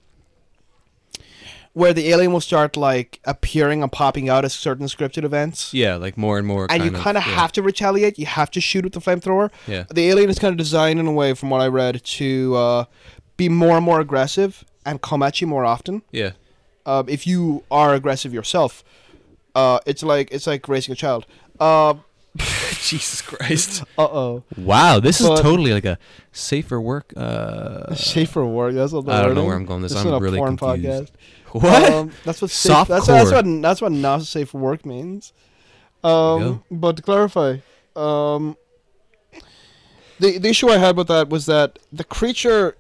Speaker 1: where the alien will start like appearing and popping out as certain scripted events.
Speaker 2: Yeah, like more and more.
Speaker 1: And you
Speaker 2: kind
Speaker 1: kind of
Speaker 2: yeah.
Speaker 1: have to retaliate. You have to shoot with the flamethrower.
Speaker 2: Yeah.
Speaker 1: The alien is kind of designed in a way, from what I read, to uh, be more and more aggressive and come at you more often.
Speaker 2: Yeah.
Speaker 1: Um, if you are aggressive yourself, uh, it's like it's like raising a child. Uh
Speaker 2: Jesus Christ.
Speaker 1: oh.
Speaker 2: Wow, this is
Speaker 1: But-
Speaker 2: totally like a safer work. Uh,
Speaker 1: Safer word. That's what the
Speaker 2: I don't know
Speaker 1: wording-
Speaker 2: where I'm going with this.
Speaker 1: isn't
Speaker 2: I'm
Speaker 1: a
Speaker 2: really
Speaker 1: porn
Speaker 2: confused.
Speaker 1: podcast.
Speaker 2: what?
Speaker 1: Um, that's what safe, that's, that's
Speaker 2: Softcore.
Speaker 1: what that's what not safe for work means.
Speaker 2: you
Speaker 1: Um, but to clarify, um, the the issue I had with that was that the creature,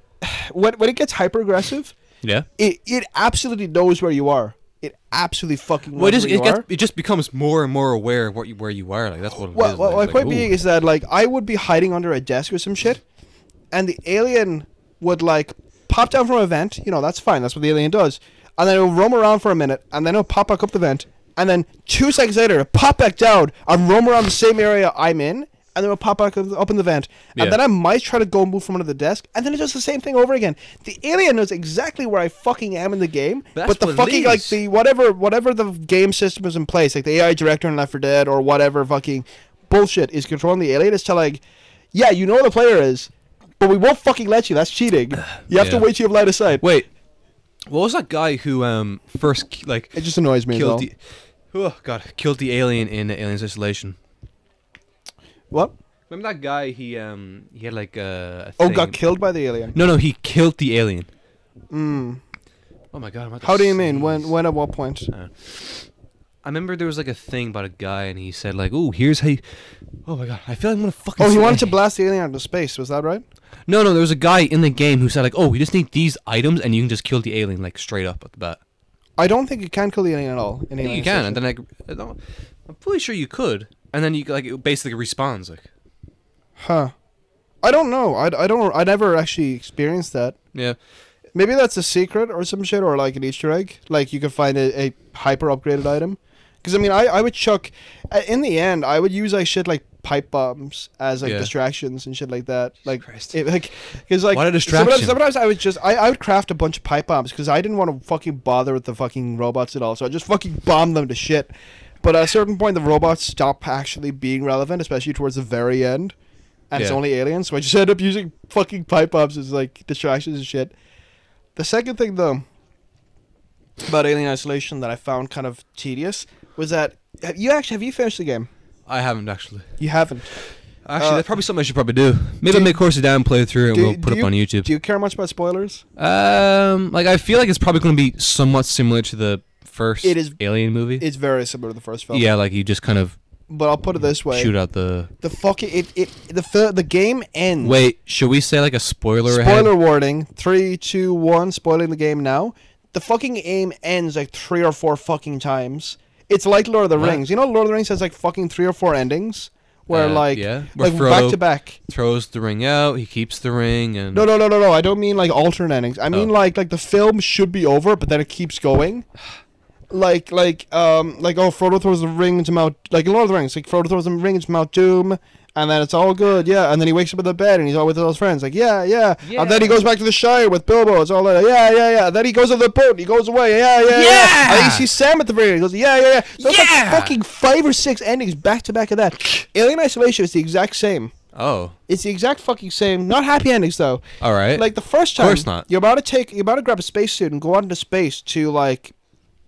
Speaker 1: when when it gets hyper aggressive,
Speaker 2: yeah.
Speaker 1: it it absolutely knows where you are. It absolutely fucking knows
Speaker 2: Well, it just
Speaker 1: where you
Speaker 2: it, gets,
Speaker 1: are.
Speaker 2: it just becomes more and more aware of what you, where you are. Like that's what it is.
Speaker 1: Well, well, my
Speaker 2: like,
Speaker 1: point
Speaker 2: like,
Speaker 1: being
Speaker 2: ooh.
Speaker 1: is that like I would be hiding under a desk or some shit, and the alien would like pop down from a vent. You know that's fine. That's what the alien does. And then it'll roam around for a minute, and then it'll pop back up the vent, and then two seconds later, it'll pop back down and roam around the same area I'm in, and then it'll pop back up, up in the vent,
Speaker 2: Yeah.
Speaker 1: and then I might try to go move from under the desk, and then it does the same thing over again. The alien knows exactly where I fucking am in the game,
Speaker 2: That's
Speaker 1: but the
Speaker 2: what it
Speaker 1: fucking like
Speaker 2: is.
Speaker 1: the whatever whatever the game system is in place, like the AI director in Left 4 Dead or whatever fucking bullshit is controlling the alien is to like, yeah, you know where the player is, but we won't fucking let you. That's cheating. You have to
Speaker 2: Yeah.
Speaker 1: wait till you have line of sight.
Speaker 2: Wait, what was that guy who um first ki- like
Speaker 1: It just annoys me.
Speaker 2: killed
Speaker 1: though.
Speaker 2: the oh god killed the alien in uh, Aliens Isolation?
Speaker 1: what?
Speaker 2: Remember that guy? He um he had like uh, a
Speaker 1: Oh,
Speaker 2: thing-
Speaker 1: got killed by the alien.
Speaker 2: No, no, he killed the alien.
Speaker 1: Mm.
Speaker 2: Oh my god! I'm about to
Speaker 1: How do you mean? When?
Speaker 2: sneeze.
Speaker 1: When? At what point?
Speaker 2: I remember there was like a thing about a guy, and he said like, "Oh, here's how." You... Oh my god! I feel like I'm gonna fucking.
Speaker 1: Oh, he wanted to
Speaker 2: say-
Speaker 1: blast the alien out into space. Was that right?
Speaker 2: No, no, there was a guy in the game who said like, "Oh, you just need these items, and you can just kill the alien like straight up at the bat."
Speaker 1: I don't think you can kill the alien at all. In
Speaker 2: I think
Speaker 1: Alien
Speaker 2: you can, and
Speaker 1: Isolation.
Speaker 2: then like, I don't, I'm pretty sure you could, and then you like it basically respawns like.
Speaker 1: Huh. I don't know. I, I don't. I never actually experienced that.
Speaker 2: Yeah,
Speaker 1: Maybe that's a secret or some shit, or like an Easter egg. Like you could find a, a hyper upgraded item. Because I mean, I, I would chuck. uh, In the end, I would use like shit like pipe bombs as like
Speaker 2: Yeah.
Speaker 1: distractions and shit like that. Like,
Speaker 2: Christ.
Speaker 1: it, like, because like
Speaker 2: What a
Speaker 1: Sometimes,
Speaker 2: distraction.
Speaker 1: sometimes I would just I, I would craft a bunch of pipe bombs because I didn't want to fucking bother with the fucking robots at all. So I just fucking bomb them to shit. But at a certain point, the robots stop actually being relevant, especially towards the very end. And it's
Speaker 2: Yeah.
Speaker 1: only aliens, so I just end up using fucking pipe bombs as like distractions and shit. The second thing, though, about Alien Isolation that I found kind of tedious was that have you actually have you finished the game?
Speaker 2: I haven't actually.
Speaker 1: You haven't.
Speaker 2: Actually,
Speaker 1: Uh,
Speaker 2: that's probably something I should probably do. Maybe
Speaker 1: do-
Speaker 2: I'll make Horse Down play through and
Speaker 1: do-
Speaker 2: we'll put
Speaker 1: do
Speaker 2: up
Speaker 1: you-
Speaker 2: on YouTube.
Speaker 1: Do you care much about spoilers?
Speaker 2: um, like I feel like it's probably going to be somewhat similar to the first
Speaker 1: It is-
Speaker 2: Alien movie.
Speaker 1: It's very similar to the first film.
Speaker 2: yeah, like you just kind of
Speaker 1: But I'll put it this way:
Speaker 2: shoot out the.
Speaker 1: the fucking it, it the fir- the game ends.
Speaker 2: Wait, should we say like a spoiler?
Speaker 1: Spoiler
Speaker 2: ahead?
Speaker 1: warning. Three, two, one. Spoiling the game now. The fucking aim ends like three or four fucking times. It's like Lord of the
Speaker 2: What?
Speaker 1: Rings. You know, Lord of the Rings has like fucking three or four endings, where
Speaker 2: Uh,
Speaker 1: like
Speaker 2: yeah, where
Speaker 1: like back
Speaker 2: Frodo-
Speaker 1: to back.
Speaker 2: Throws the ring out. He keeps the ring and.
Speaker 1: No, no, no, no, no. I don't mean like alternate endings. I mean
Speaker 2: Oh.
Speaker 1: like like the film should be over, but then it keeps going. Like like um like oh Frodo throws the ring into Mount like Lord of the Rings like Frodo throws the ring into Mount Doom and then it's all good yeah and then he wakes up in the bed and he's all with all his friends like yeah yeah, and then he goes back to the Shire with Bilbo it's all like yeah yeah yeah then he goes on the boat he goes away yeah yeah yeah,
Speaker 2: Yeah!
Speaker 1: and then he sees Sam at the very end he goes yeah yeah yeah so it's
Speaker 2: Yeah!
Speaker 1: like fucking five or six endings back to back of that Alien Isolation is the exact same
Speaker 2: Oh,
Speaker 1: it's the exact fucking same not happy endings though
Speaker 2: all right.
Speaker 1: like the first
Speaker 2: Eh, Of
Speaker 1: time,
Speaker 2: course not.
Speaker 1: You're about to take, you're about to grab a spacesuit and go out into space to like,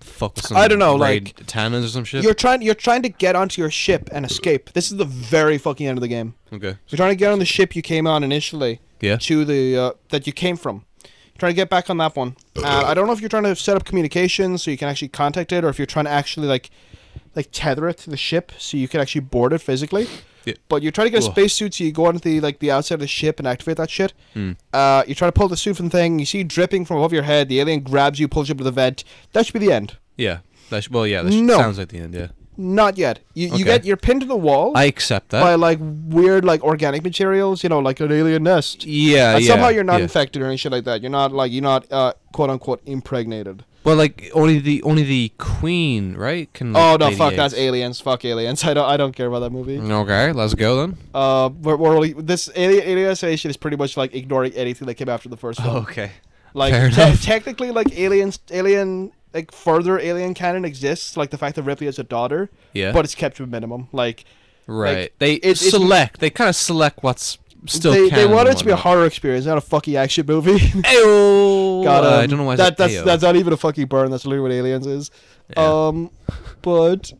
Speaker 2: fuck. with Some
Speaker 1: I don't know,
Speaker 2: raid Tanas or some shit.
Speaker 1: you're trying, you're trying to get onto your ship and escape. This is the very fucking end of the game.
Speaker 2: okay.
Speaker 1: You're trying to get on the ship you came on initially
Speaker 2: Yeah.
Speaker 1: to the uh, that you came from. You're trying to get back on that one. Uh, I don't know if you're trying to set up communications so you can actually contact it, or if you're trying to actually like, like tether it to the ship so you can actually board it physically.
Speaker 2: Yeah.
Speaker 1: But you're trying to get a
Speaker 2: Ugh.
Speaker 1: spacesuit, so you go onto the like the outside of the ship and activate that shit.
Speaker 2: Hmm.
Speaker 1: Uh, you try to pull the suit from the thing. You see it dripping from above your head. The alien grabs you, pulls you up to the vent. That should be the end.
Speaker 2: Yeah. That's, well, yeah. That sh-
Speaker 1: No.
Speaker 2: sounds like the end. Yeah.
Speaker 1: Not yet. You
Speaker 2: Okay.
Speaker 1: you get you're pinned to the wall
Speaker 2: I uh accept that.
Speaker 1: by like weird like organic materials. You know, like an alien nest.
Speaker 2: yeah.
Speaker 1: And
Speaker 2: Uh, yeah.
Speaker 1: somehow you're not
Speaker 2: yeah.
Speaker 1: infected or any shit like that. You're not like you're not uh, quote unquote impregnated.
Speaker 2: Well, like only the only the queen, right? Can.
Speaker 1: oh
Speaker 2: like,
Speaker 1: no,
Speaker 2: lay the
Speaker 1: fuck that's
Speaker 2: eggs.
Speaker 1: aliens. Fuck aliens. I don't I don't care about that movie.
Speaker 2: Okay, let's go then.
Speaker 1: Uh, we're, we're only, this alien alien isolation is pretty much like ignoring anything that came after the first one.
Speaker 2: okay.
Speaker 1: like
Speaker 2: Oh, fair
Speaker 1: te-
Speaker 2: enough.
Speaker 1: technically, like aliens, alien like further alien canon exists. Like the fact that Ripley has a daughter,
Speaker 2: Yeah.
Speaker 1: but it's kept to a minimum. Like
Speaker 2: right. they
Speaker 1: it- it's-
Speaker 2: select. They kind of select what's still.
Speaker 1: they, they
Speaker 2: canon
Speaker 1: want it
Speaker 2: and
Speaker 1: to be a
Speaker 2: whatnot.
Speaker 1: horror experience, not a fucking action movie.
Speaker 2: Ayo.
Speaker 1: God,
Speaker 2: Uh, I
Speaker 1: um,
Speaker 2: don't know why I
Speaker 1: that
Speaker 2: said
Speaker 1: that's
Speaker 2: ayo.
Speaker 1: that's not even a fucking burn. That's literally what aliens is.
Speaker 2: Yeah.
Speaker 1: Um, but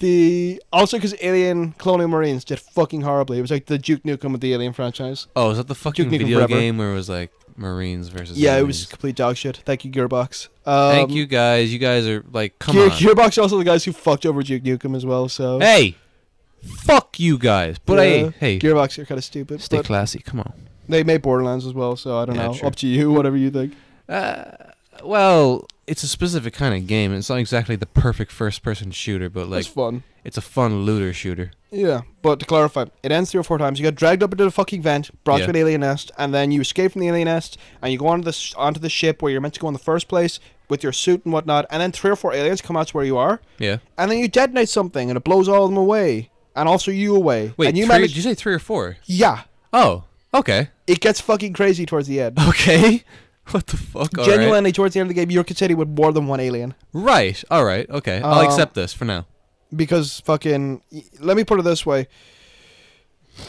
Speaker 1: the also because Alien Colonial Marines did fucking horribly. It was like the Duke Nukem of the Alien franchise.
Speaker 2: Oh, is that the fucking
Speaker 1: Nukem
Speaker 2: video
Speaker 1: Forever.
Speaker 2: game where it was like Marines versus?
Speaker 1: yeah, it was
Speaker 2: aliens?
Speaker 1: complete dog shit. Thank you, Gearbox. Um,
Speaker 2: Thank you guys. You guys are like, come
Speaker 1: Gear,
Speaker 2: on.
Speaker 1: Gearbox are also the guys who fucked over Duke Nukem as well. So
Speaker 2: Hey, fuck you guys. But
Speaker 1: Yeah,
Speaker 2: hey, hey,
Speaker 1: Gearbox are kind of stupid.
Speaker 2: stay
Speaker 1: but
Speaker 2: classy. Come on.
Speaker 1: they made Borderlands as well, so I don't
Speaker 2: Yeah,
Speaker 1: know.
Speaker 2: true.
Speaker 1: Up to you, whatever you think.
Speaker 2: Uh, well, it's a specific kind of game. It's not exactly the perfect first-person shooter, but like,
Speaker 1: it's fun.
Speaker 2: it's a fun looter shooter.
Speaker 1: Yeah, but to clarify, it ends three or four times. You get dragged up into the fucking vent, brought
Speaker 2: Yeah.
Speaker 1: to an alien nest, and then you escape from the alien nest, and you go onto the s- onto the ship where you're meant to go in the first place with your suit and whatnot. And then three or four aliens come out to where you are,
Speaker 2: Yeah.
Speaker 1: and then you detonate something, and it blows all of them away, and also you away.
Speaker 2: Wait,
Speaker 1: and you
Speaker 2: three,
Speaker 1: manage-
Speaker 2: did you say three or four?
Speaker 1: yeah,
Speaker 2: Oh, okay.
Speaker 1: it gets fucking crazy towards the end.
Speaker 2: Okay. What the fuck? All right.
Speaker 1: Genuinely, towards the end of the game, you're contending with more than one alien.
Speaker 2: Right. All right. Okay. I'll
Speaker 1: Um,
Speaker 2: accept this for now.
Speaker 1: because fucking y- let me put it this way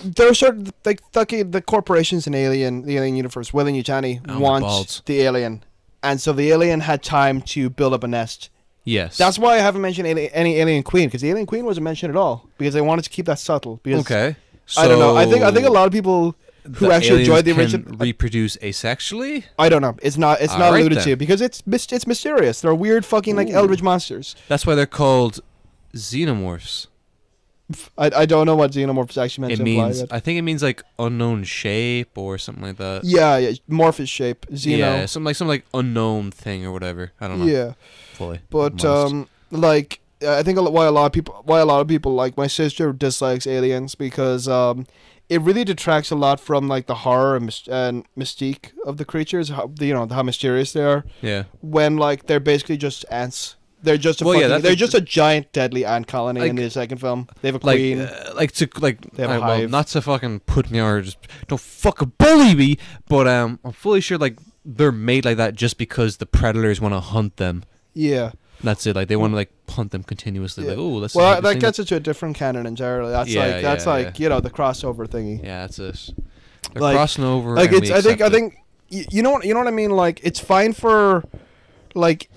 Speaker 1: there are certain like fucking the corporations in alien the alien universe will and Yutani
Speaker 2: Oh, my
Speaker 1: want
Speaker 2: balls.
Speaker 1: the alien and so the alien had time to build up a nest
Speaker 2: Yes.
Speaker 1: that's why i haven't mentioned ali- any alien queen because the alien queen wasn't mentioned at all because they wanted to keep that subtle because
Speaker 2: okay.
Speaker 1: i don't know i think i think a
Speaker 2: So
Speaker 1: lot of people who
Speaker 2: the
Speaker 1: actually enjoyed the
Speaker 2: aliens
Speaker 1: original
Speaker 2: can reproduce asexually.
Speaker 1: i don't know it's not it's
Speaker 2: All
Speaker 1: not
Speaker 2: right
Speaker 1: alluded
Speaker 2: then.
Speaker 1: to because it's mys- it's mysterious they're weird fucking like
Speaker 2: Ooh.
Speaker 1: eldritch monsters
Speaker 2: That's why they're called xenomorphs.
Speaker 1: i, I don't know what xenomorphs actually meant
Speaker 2: It
Speaker 1: to imply
Speaker 2: means
Speaker 1: that.
Speaker 2: I think it means like unknown shape or something like that.
Speaker 1: yeah yeah morph is shape xeno
Speaker 2: Yeah, some like some like unknown thing or whatever. I don't know.
Speaker 1: Yeah,
Speaker 2: fully.
Speaker 1: but
Speaker 2: Must.
Speaker 1: um, like I think a lot, why a lot of people why a lot of people like my sister dislikes aliens because um, it really detracts a lot from like the horror and, mys- and mystique of the creatures. How you know how mysterious they are
Speaker 2: yeah,
Speaker 1: when like they're basically just ants. They're just a
Speaker 2: Well, yeah,
Speaker 1: fucking,
Speaker 2: that's
Speaker 1: they're
Speaker 2: like-
Speaker 1: just a giant deadly ant colony in
Speaker 2: Like-
Speaker 1: the second film. They have a
Speaker 2: like
Speaker 1: queen.
Speaker 2: uh, like to like
Speaker 1: They have a
Speaker 2: uh, well,
Speaker 1: hive.
Speaker 2: not to fucking put me or just don't fucking bully me. But um, I'm fully sure like they're made like that just because the predators want to hunt them.
Speaker 1: yeah.
Speaker 2: That's it. Like they want to like punt them continuously.
Speaker 1: Yeah.
Speaker 2: Like, oh, let's.
Speaker 1: Well,
Speaker 2: see
Speaker 1: that
Speaker 2: this thing
Speaker 1: gets into a different canon entirely. That's
Speaker 2: Yeah,
Speaker 1: like that's
Speaker 2: yeah,
Speaker 1: like you know the crossover thingy.
Speaker 2: that- yeah, that's it. They're
Speaker 1: Like-
Speaker 2: crossing over.
Speaker 1: like
Speaker 2: and
Speaker 1: it's
Speaker 2: we
Speaker 1: i think i
Speaker 2: accept it.
Speaker 1: think y- you know what you know what i mean like it's fine for like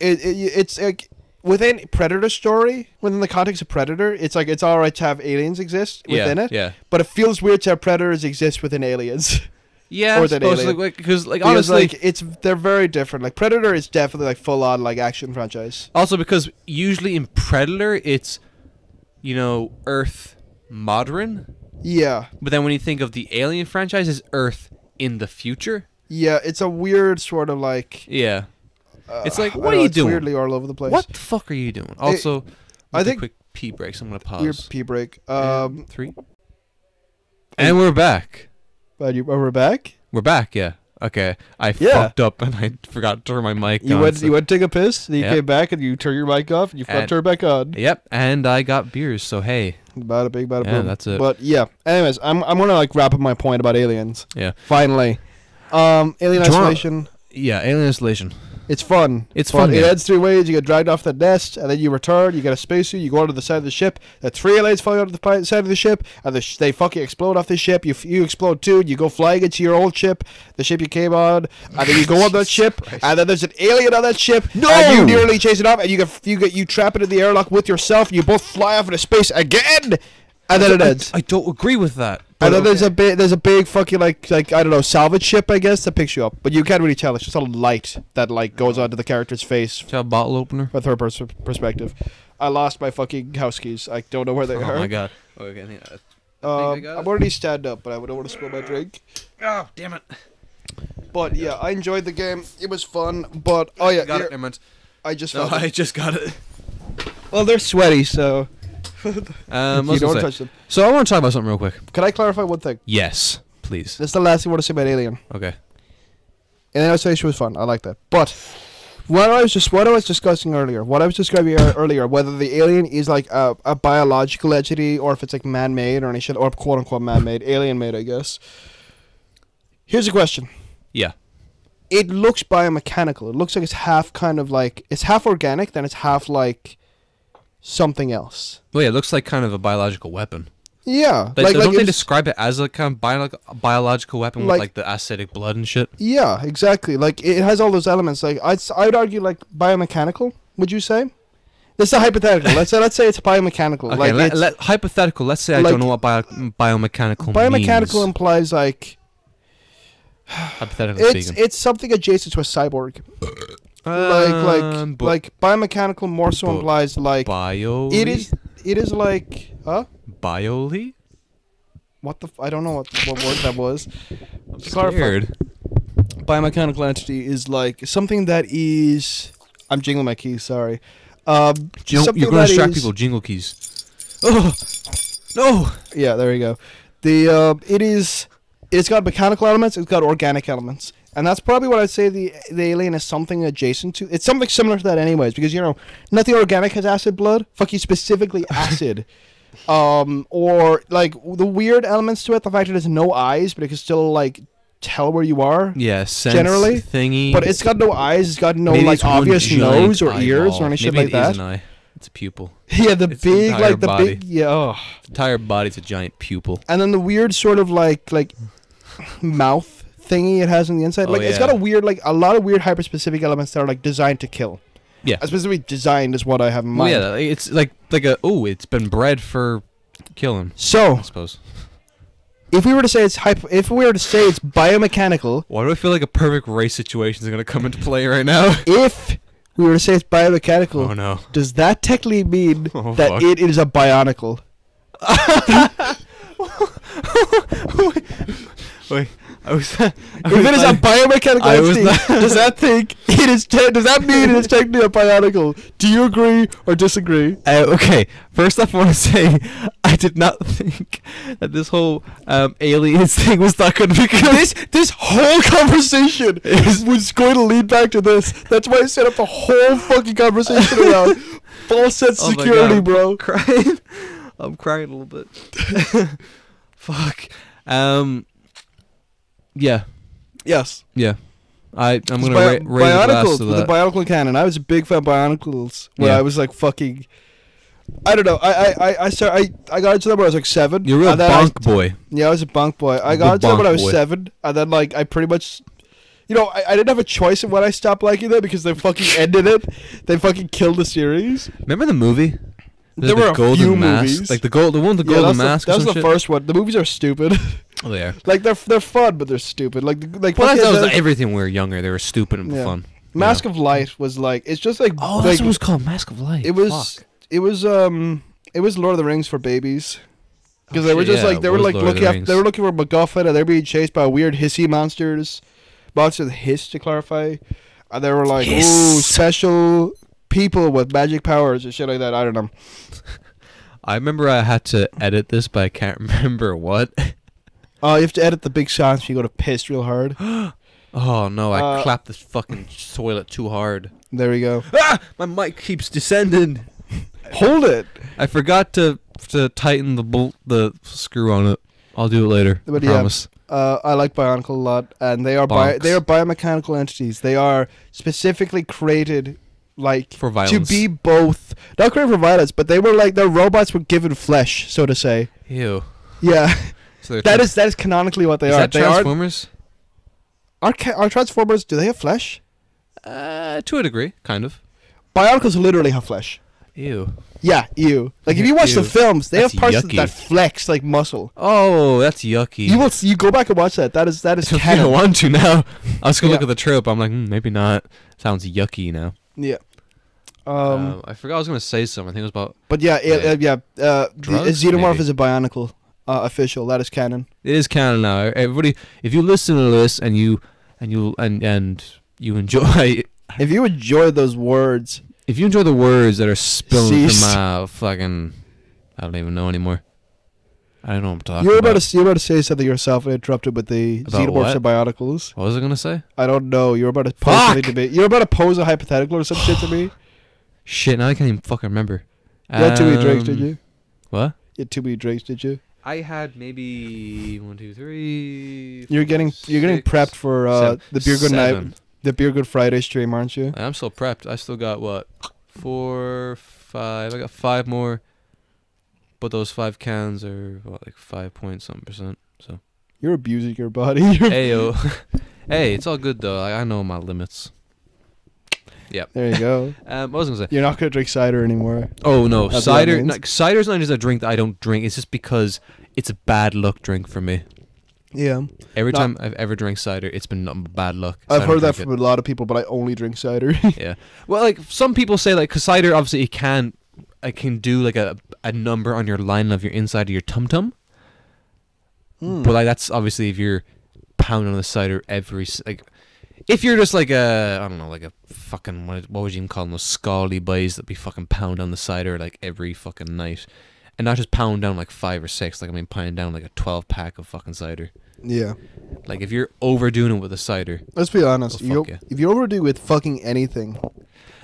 Speaker 1: it, it it's like within predator story within the context of predator it's like it's all right to have aliens exist
Speaker 2: yeah,
Speaker 1: within it
Speaker 2: Yeah.
Speaker 1: but it feels weird to have predators exist within aliens
Speaker 2: Yeah.
Speaker 1: Or
Speaker 2: I
Speaker 1: that
Speaker 2: suppose,
Speaker 1: alien.
Speaker 2: like, because like
Speaker 1: because
Speaker 2: honestly,
Speaker 1: like it's they're very different like predator is definitely like full on like action franchise
Speaker 2: Also, because usually in Predator, it's, you know, Earth modern.
Speaker 1: yeah
Speaker 2: But then when you think of the Alien franchise, it's Earth in the future.
Speaker 1: yeah it's a weird sort of like
Speaker 2: Yeah.
Speaker 1: uh,
Speaker 2: It's like,
Speaker 1: I
Speaker 2: what are
Speaker 1: don't know,
Speaker 2: you
Speaker 1: it's
Speaker 2: doing?
Speaker 1: weirdly all over the place
Speaker 2: What the fuck are you doing? Also,
Speaker 1: I
Speaker 2: I think
Speaker 1: think-
Speaker 2: quick pee breaks. I'm gonna
Speaker 1: weird
Speaker 2: pause.
Speaker 1: pee break
Speaker 2: And
Speaker 1: um
Speaker 2: three. And we're back.
Speaker 1: but you are we back
Speaker 2: We're back. Yeah. Okay. I
Speaker 1: Yeah.
Speaker 2: fucked up and I forgot to turn my mic
Speaker 1: You
Speaker 2: on.
Speaker 1: went,
Speaker 2: so-
Speaker 1: you went to take a piss, and you
Speaker 2: Yeah.
Speaker 1: came back, and you turn your mic off, and you forgot to
Speaker 2: And-
Speaker 1: turn it back on.
Speaker 2: Yep. And I got beers. So hey.
Speaker 1: Bada big, bada
Speaker 2: Yeah,
Speaker 1: boom.
Speaker 2: that's it.
Speaker 1: But yeah, anyways, I'm, I'm gonna like wrap up my point about aliens.
Speaker 2: Yeah.
Speaker 1: Finally, um, Alien
Speaker 2: Do you wanna-
Speaker 1: Isolation.
Speaker 2: Yeah. Alien Isolation.
Speaker 1: It's fun.
Speaker 2: It's
Speaker 1: But
Speaker 2: fun,
Speaker 1: It
Speaker 2: yeah.
Speaker 1: heads three ways. You get dragged off the nest, and then you return. You get a spacesuit. You go onto the side of the ship. The three aliens fall onto the pi- side of the ship, and the sh- they fucking explode off the ship. You f- you explode too. You go flying into your old ship, the ship you came on, and then you go on that ship, and then there's an alien on that ship.
Speaker 2: No!
Speaker 1: and you nearly chase it off, and you get you get you trap it in the airlock with yourself. And you both fly off into space again, and then it
Speaker 2: I-
Speaker 1: ends.
Speaker 2: I, don't agree with that.
Speaker 1: And then
Speaker 2: but
Speaker 1: there's a big, there's a big fucking like, like I don't know, salvage ship, I guess, that picks you up. But you can't really tell. It's just a light that like goes onto the character's face
Speaker 2: Do you have a bottle opener.
Speaker 1: a third person perspective. I lost my fucking house keys. I don't know where they
Speaker 2: Oh
Speaker 1: are.
Speaker 2: my god. Okay, I think that- I
Speaker 1: Um,
Speaker 2: think I got
Speaker 1: I'm
Speaker 2: it.
Speaker 1: already stand up, but I don't want to spill my drink.
Speaker 2: Oh, damn it.
Speaker 1: But yeah, I enjoyed the game. It was fun. But oh yeah,
Speaker 2: got
Speaker 1: here-
Speaker 2: it. Never mind.
Speaker 1: I just
Speaker 2: No,
Speaker 1: felt
Speaker 2: I
Speaker 1: it.
Speaker 2: just got it.
Speaker 1: well, they're sweaty, so
Speaker 2: Um,
Speaker 1: you
Speaker 2: what was I
Speaker 1: don't
Speaker 2: gonna say?
Speaker 1: touch them.
Speaker 2: so I want to talk about something real quick.
Speaker 1: Can I clarify one thing?
Speaker 2: Yes, please.
Speaker 1: This is the last thing I want to say about Alien.
Speaker 2: Okay.
Speaker 1: And I say she was fun. I like that. But what I was just what I was discussing earlier, what I was describing ear- earlier, whether the alien is like a, a biological entity or if it's like man made or any shit or quote unquote man made, alien made, I guess. Here's a question.
Speaker 2: Yeah.
Speaker 1: It looks biomechanical. It looks like it's half kind of like it's half organic, then it's half like something else.
Speaker 2: Well, yeah, it looks like kind of a biological weapon.
Speaker 1: Yeah.
Speaker 2: Like, don't
Speaker 1: it
Speaker 2: they
Speaker 1: was-
Speaker 2: describe it as a kind of bio- biological weapon
Speaker 1: Like-
Speaker 2: with like the acidic blood and shit?
Speaker 1: Yeah, exactly. Like it has all those elements. Like I'd s- I'd argue like biomechanical. Would you say? This is a hypothetical. let's say let's say it's biomechanical.
Speaker 2: Okay,
Speaker 1: like
Speaker 2: let,
Speaker 1: it's,
Speaker 2: let- hypothetical. Let's say I
Speaker 1: like-
Speaker 2: don't know what bio- biomechanical
Speaker 1: biomechanical
Speaker 2: means.
Speaker 1: implies like
Speaker 2: hypothetically
Speaker 1: it's
Speaker 2: speaking.
Speaker 1: it's something adjacent to a cyborg. like
Speaker 2: Um,
Speaker 1: like
Speaker 2: but
Speaker 1: like biomechanical more so
Speaker 2: but-
Speaker 1: implies like
Speaker 2: bio.
Speaker 1: it is it is like huh
Speaker 2: bioli.
Speaker 1: what the f- I don't know what what word that was.
Speaker 2: I'm
Speaker 1: To clarify.
Speaker 2: scared.
Speaker 1: Biomechanical entity is like something that is. I'm jingling my keys. Sorry. Um,
Speaker 2: You know,
Speaker 1: something
Speaker 2: you're gonna
Speaker 1: that
Speaker 2: distract
Speaker 1: is-
Speaker 2: people. Jingle keys. Oh no.
Speaker 1: Yeah, there you go. The uh, it is it's got mechanical elements, it's got organic elements, and that's probably what I'd say the the alien is something adjacent to. It's something similar to that, anyways, because you know nothing organic has acid blood. Fuck you, specifically acid. Um, or like the weird elements to it, the fact that it has no eyes, but it can still like tell where you are.
Speaker 2: Yeah, sense
Speaker 1: Generally,
Speaker 2: thingy.
Speaker 1: But it's got no eyes, it's got no
Speaker 2: Maybe
Speaker 1: like
Speaker 2: it's one
Speaker 1: obvious
Speaker 2: giant
Speaker 1: nose or ears
Speaker 2: eyeball.
Speaker 1: or any shit
Speaker 2: Maybe
Speaker 1: like
Speaker 2: it is
Speaker 1: that.
Speaker 2: an eye. It's a pupil.
Speaker 1: Yeah, the
Speaker 2: Its
Speaker 1: big
Speaker 2: entire
Speaker 1: like the
Speaker 2: body.
Speaker 1: big yeah. oh. ugh.
Speaker 2: The entire body's a giant pupil.
Speaker 1: and then the weird sort of like like mouth thingy it has on the inside.
Speaker 2: Oh,
Speaker 1: Like it's
Speaker 2: yeah.
Speaker 1: got a weird like a lot of weird hyper specific elements that are like designed to kill.
Speaker 2: Yeah.
Speaker 1: Uh, specifically designed is what I have in
Speaker 2: Well,
Speaker 1: mind.
Speaker 2: yeah, like, it's like like a oh, it's been bred for killing.
Speaker 1: So
Speaker 2: I suppose.
Speaker 1: if we were to say it's hypo- if we were to say it's biomechanical,
Speaker 2: Why do I feel like a perfect race situation is gonna come into play right now?
Speaker 1: if we were to say it's biomechanical,
Speaker 2: Oh no.
Speaker 1: does that technically mean
Speaker 2: Oh,
Speaker 1: that
Speaker 2: fuck.
Speaker 1: it is a bionicle?
Speaker 2: Wait, I was. I
Speaker 1: If it is a biomechanical
Speaker 2: I was
Speaker 1: entity,
Speaker 2: not-
Speaker 1: does that think it is? Te- does that mean it is technically a bionicle? Do you agree or disagree?
Speaker 2: Uh, okay, first off, I want to say I did not think that this whole um, aliens thing was not going to be good.
Speaker 1: this this whole conversation is, was going to lead back to this. That's why I set up the whole fucking conversation around false sense
Speaker 2: Oh my
Speaker 1: security,
Speaker 2: God.
Speaker 1: bro.
Speaker 2: crying. I'm crying a little bit. Fuck. Um. Yeah.
Speaker 1: Yes.
Speaker 2: Yeah. I I'm gonna
Speaker 1: Bio-
Speaker 2: ra- raise a glass
Speaker 1: Bionicles,
Speaker 2: to
Speaker 1: with the
Speaker 2: that.
Speaker 1: Bionicle canon. I was a big fan of Bionicles where
Speaker 2: Yeah.
Speaker 1: I was like fucking. I don't know. I I I I, start, I, I got into that when I was like seven.
Speaker 2: You're a real
Speaker 1: and then I-
Speaker 2: bonk boy.
Speaker 1: yeah, I was a bunk boy. I
Speaker 2: The
Speaker 1: got into it
Speaker 2: bunk
Speaker 1: when I was
Speaker 2: boy.
Speaker 1: seven, and then like I pretty much, you know, I, I didn't have a choice in when I stopped liking it because they fucking ended it. They fucking killed the series.
Speaker 2: Remember the movie? The,
Speaker 1: There
Speaker 2: the
Speaker 1: were a
Speaker 2: golden
Speaker 1: few
Speaker 2: mask.
Speaker 1: movies.
Speaker 2: Like the gold, the one, with the
Speaker 1: yeah,
Speaker 2: golden
Speaker 1: that's
Speaker 2: mask.
Speaker 1: The,
Speaker 2: or
Speaker 1: that was
Speaker 2: some
Speaker 1: the
Speaker 2: shit?
Speaker 1: first one. The movies are stupid.
Speaker 2: Oh, they are.
Speaker 1: like they're they're fun, but they're stupid. Like the- like
Speaker 2: Well,
Speaker 1: fucking
Speaker 2: that's, that was
Speaker 1: the
Speaker 2: like, everything. when We were younger. They were stupid and
Speaker 1: Yeah.
Speaker 2: fun.
Speaker 1: Mask of Light was like it's just like
Speaker 2: Oh, that's
Speaker 1: like,
Speaker 2: what it was called. Mask of Light.
Speaker 1: it was it was um it was Lord of the Rings for babies. Because
Speaker 2: Oh,
Speaker 1: they were
Speaker 2: shit,
Speaker 1: just
Speaker 2: yeah,
Speaker 1: like they
Speaker 2: it
Speaker 1: were like
Speaker 2: was Lord of the
Speaker 1: looking after,
Speaker 2: Rings.
Speaker 1: they were looking for MacGuffin and they're being chased by weird hissy monsters, monsters with hiss to clarify, and they were like ooh
Speaker 2: Hiss.
Speaker 1: special people with magic powers or shit like that. I don't know.
Speaker 2: I remember I had to edit this, but I can't remember what.
Speaker 1: Uh, you have to edit the big silence. if You go to piss real hard.
Speaker 2: Oh no! I
Speaker 1: Uh,
Speaker 2: clapped this fucking toilet too hard.
Speaker 1: There we go.
Speaker 2: Ah! My mic keeps descending.
Speaker 1: Hold it.
Speaker 2: I forgot to to tighten the bolt, the screw on it. I'll do it later.
Speaker 1: But
Speaker 2: I
Speaker 1: yeah.
Speaker 2: promise.
Speaker 1: Uh, I like Bionicle a lot, and they are bio-
Speaker 2: Bonks.
Speaker 1: they are biomechanical entities. They are specifically created like
Speaker 2: For violence.
Speaker 1: to be both not created for violence, but they were like their robots were given flesh, so to say.
Speaker 2: Ew.
Speaker 1: Yeah,
Speaker 2: So they're
Speaker 1: that
Speaker 2: trans-
Speaker 1: is that is canonically what they
Speaker 2: is
Speaker 1: are.
Speaker 2: that
Speaker 1: they are
Speaker 2: Transformers?
Speaker 1: are ca- are Transformers. Do they have flesh?
Speaker 2: Uh, to a degree, kind of.
Speaker 1: Bionicles literally have flesh.
Speaker 2: Ew.
Speaker 1: Yeah, you like if you watch the
Speaker 2: Ew.
Speaker 1: films, they
Speaker 2: That's
Speaker 1: have parts
Speaker 2: yucky.
Speaker 1: that flex like muscle.
Speaker 2: Oh, that's yucky.
Speaker 1: You will s- you go back and watch that. That is that is
Speaker 2: I don't
Speaker 1: canon.
Speaker 2: want to now. I was gonna look
Speaker 1: Yeah.
Speaker 2: at the trope. I'm like, mm, maybe not. Sounds yucky now.
Speaker 1: Yeah. um,
Speaker 2: Um, I forgot I was gonna say something. I think it was about.
Speaker 1: But yeah, it,
Speaker 2: Like,
Speaker 1: uh, yeah. Uh, the
Speaker 2: drugs,
Speaker 1: Xenomorph
Speaker 2: maybe?
Speaker 1: is a bionicle uh, official. That is canon.
Speaker 2: It is canon now. Everybody, if you listen to this and you and you and and you enjoy,
Speaker 1: If you enjoy those words,
Speaker 2: if you enjoy the words that are spilling
Speaker 1: Ceased.
Speaker 2: from my fucking, I don't even know anymore. I don't know what I'm talking
Speaker 1: you were about
Speaker 2: about.
Speaker 1: to you were about to say something yourself and interrupted with the
Speaker 2: About
Speaker 1: xenomorphs
Speaker 2: what?
Speaker 1: and bionicles.
Speaker 2: what was I gonna say?
Speaker 1: I don't know. You were about to pose
Speaker 2: Fuck!
Speaker 1: something to me. You were about to pose a hypothetical or some shit to me. You
Speaker 2: Shit, now I can't even fucking remember.
Speaker 1: had too many drinks, did
Speaker 2: Um,
Speaker 1: you?
Speaker 2: What?
Speaker 1: You had too many drinks, did you?
Speaker 2: I had maybe one, two, three.
Speaker 1: You're getting you're getting prepped for uh,
Speaker 2: seven-
Speaker 1: the beer good
Speaker 2: seven.
Speaker 1: night, the beer good Friday stream, aren't you?
Speaker 2: I'm still prepped. I still got what four, five. I got five more, but those five cans are what, like five point something percent. So
Speaker 1: You're abusing your body. You're-
Speaker 2: ayo, hey, it's all good though. I, I know my limits.
Speaker 1: there you go.
Speaker 2: Um, what was I gonna say?
Speaker 1: You're not gonna drink cider anymore.
Speaker 2: Oh no,
Speaker 1: That's what that
Speaker 2: cider.
Speaker 1: means.
Speaker 2: Not, cider's not just a drink that I don't drink. It's just because it's a bad luck drink for me.
Speaker 1: Yeah,
Speaker 2: Every
Speaker 1: Not-
Speaker 2: time I've ever drank cider, it's been nothing but bad luck. So I
Speaker 1: I've
Speaker 2: don't
Speaker 1: heard that
Speaker 2: drink
Speaker 1: from a lot of people, but I only drink cider.
Speaker 2: it. yeah. Well, like some people say, like 'cause cider obviously it can, it can do like a a number on your line of your inside of your tum tum.
Speaker 1: Hmm.
Speaker 2: But like that's obviously if you're pounding on the cider every s- like, if you're just like a I don't know like a fucking what, what would you even call them those scally boys that be fucking pound on the cider like every fucking night, and not just pound down like five or six like I mean pound down like a twelve pack of fucking cider.
Speaker 1: yeah.
Speaker 2: Like if you're overdoing it with a cider,
Speaker 1: Let's be honest.
Speaker 2: Oh,
Speaker 1: you,
Speaker 2: fuck yeah.
Speaker 1: If you overdo with fucking anything,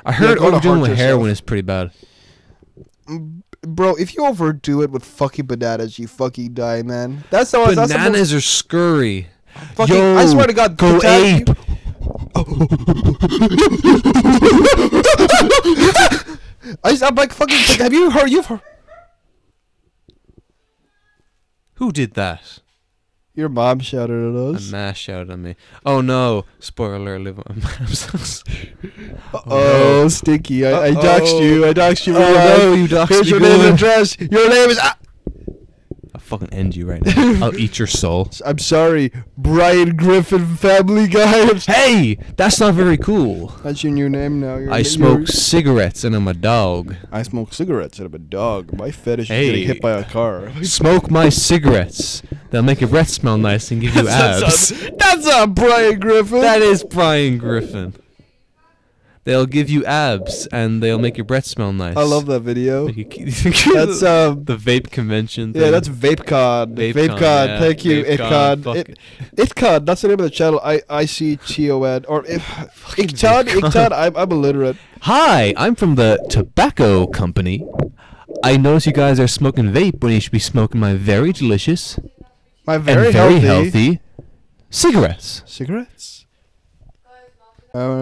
Speaker 2: I
Speaker 1: Yeah,
Speaker 2: heard
Speaker 1: go to
Speaker 2: overdoing
Speaker 1: hurt
Speaker 2: with
Speaker 1: yourself.
Speaker 2: heroin is pretty bad.
Speaker 1: m- bro, if you overdo it with fucking bananas, you fucking die, man. That's the one. That's the most
Speaker 2: Bananas are scurry.
Speaker 1: fucking.
Speaker 2: Yo,
Speaker 1: I swear to God,
Speaker 2: go
Speaker 1: the time
Speaker 2: ape.
Speaker 1: you- I, am like fucking. Like, have you heard? You've heard.
Speaker 2: Who did that?
Speaker 1: Your mom shouted at
Speaker 2: A
Speaker 1: us.
Speaker 2: mass shouted at me. Oh no! Spoiler alert! I'm so sorry.
Speaker 1: Oh, stinky! I, I doxed you. I doxed you.
Speaker 2: Oh,
Speaker 1: real
Speaker 2: no,
Speaker 1: life.
Speaker 2: you doxed
Speaker 1: Here's
Speaker 2: me
Speaker 1: your name
Speaker 2: good.
Speaker 1: and address. Your name is. Ah!
Speaker 2: I'll fucking end you right now. I'll eat your soul.
Speaker 1: I'm sorry, Brian Griffin, Family Guy.
Speaker 2: Hey, that's not very cool.
Speaker 1: That's your new name now. You're,
Speaker 2: I
Speaker 1: you're-
Speaker 2: smoke cigarettes and I'm a dog.
Speaker 1: I smoke cigarettes and I'm a dog. My fetish
Speaker 2: Hey.
Speaker 1: is getting hit by a car.
Speaker 2: Smoke my cigarettes. They'll make your breath smell nice and give you
Speaker 1: That's
Speaker 2: abs.
Speaker 1: not, that's not Brian Griffin.
Speaker 2: That is Brian Griffin. They'll give you abs and they'll make your breath smell nice.
Speaker 1: I love that video.
Speaker 2: that's
Speaker 1: That's um.
Speaker 2: the vape convention.
Speaker 1: Yeah,
Speaker 2: thing.
Speaker 1: that's VapeCon.
Speaker 2: VapeCon,
Speaker 1: VapeCon,
Speaker 2: yeah.
Speaker 1: thank you,
Speaker 2: VapeCon,
Speaker 1: VapeCon.
Speaker 2: fuck
Speaker 1: It- ItCon, that's the name of the channel. I I C T O N or if ItCon,
Speaker 2: VapeCon.
Speaker 1: ItCon. I'm I'm illiterate.
Speaker 2: Hi, I'm from the tobacco company. I notice you guys are smoking vape when you should be smoking my very delicious
Speaker 1: My very,
Speaker 2: and very healthy, cigarettes.
Speaker 1: cigarettes.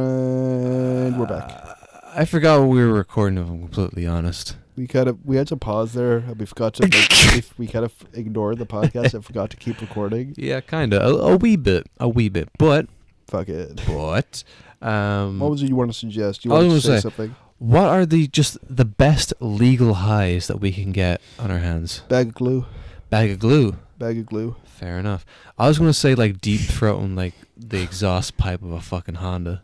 Speaker 1: And we're back.
Speaker 2: Uh, I forgot what we were recording. If I'm completely honest.
Speaker 1: We kind of we had to pause there. and We forgot to. Like, if we kind of ignored the podcast and forgot to keep recording.
Speaker 2: Yeah, kind of a, a wee bit, a wee bit, but
Speaker 1: Fuck it.
Speaker 2: but um,
Speaker 1: What was it you want to suggest? You
Speaker 2: I was
Speaker 1: want to
Speaker 2: gonna
Speaker 1: say,
Speaker 2: say-
Speaker 1: something?
Speaker 2: what are the just the best legal highs that we can get on our hands?
Speaker 1: Bag of glue.
Speaker 2: Bag of glue.
Speaker 1: Bag of glue.
Speaker 2: Fair enough. I was gonna say like deep throating like the exhaust pipe of a fucking Honda.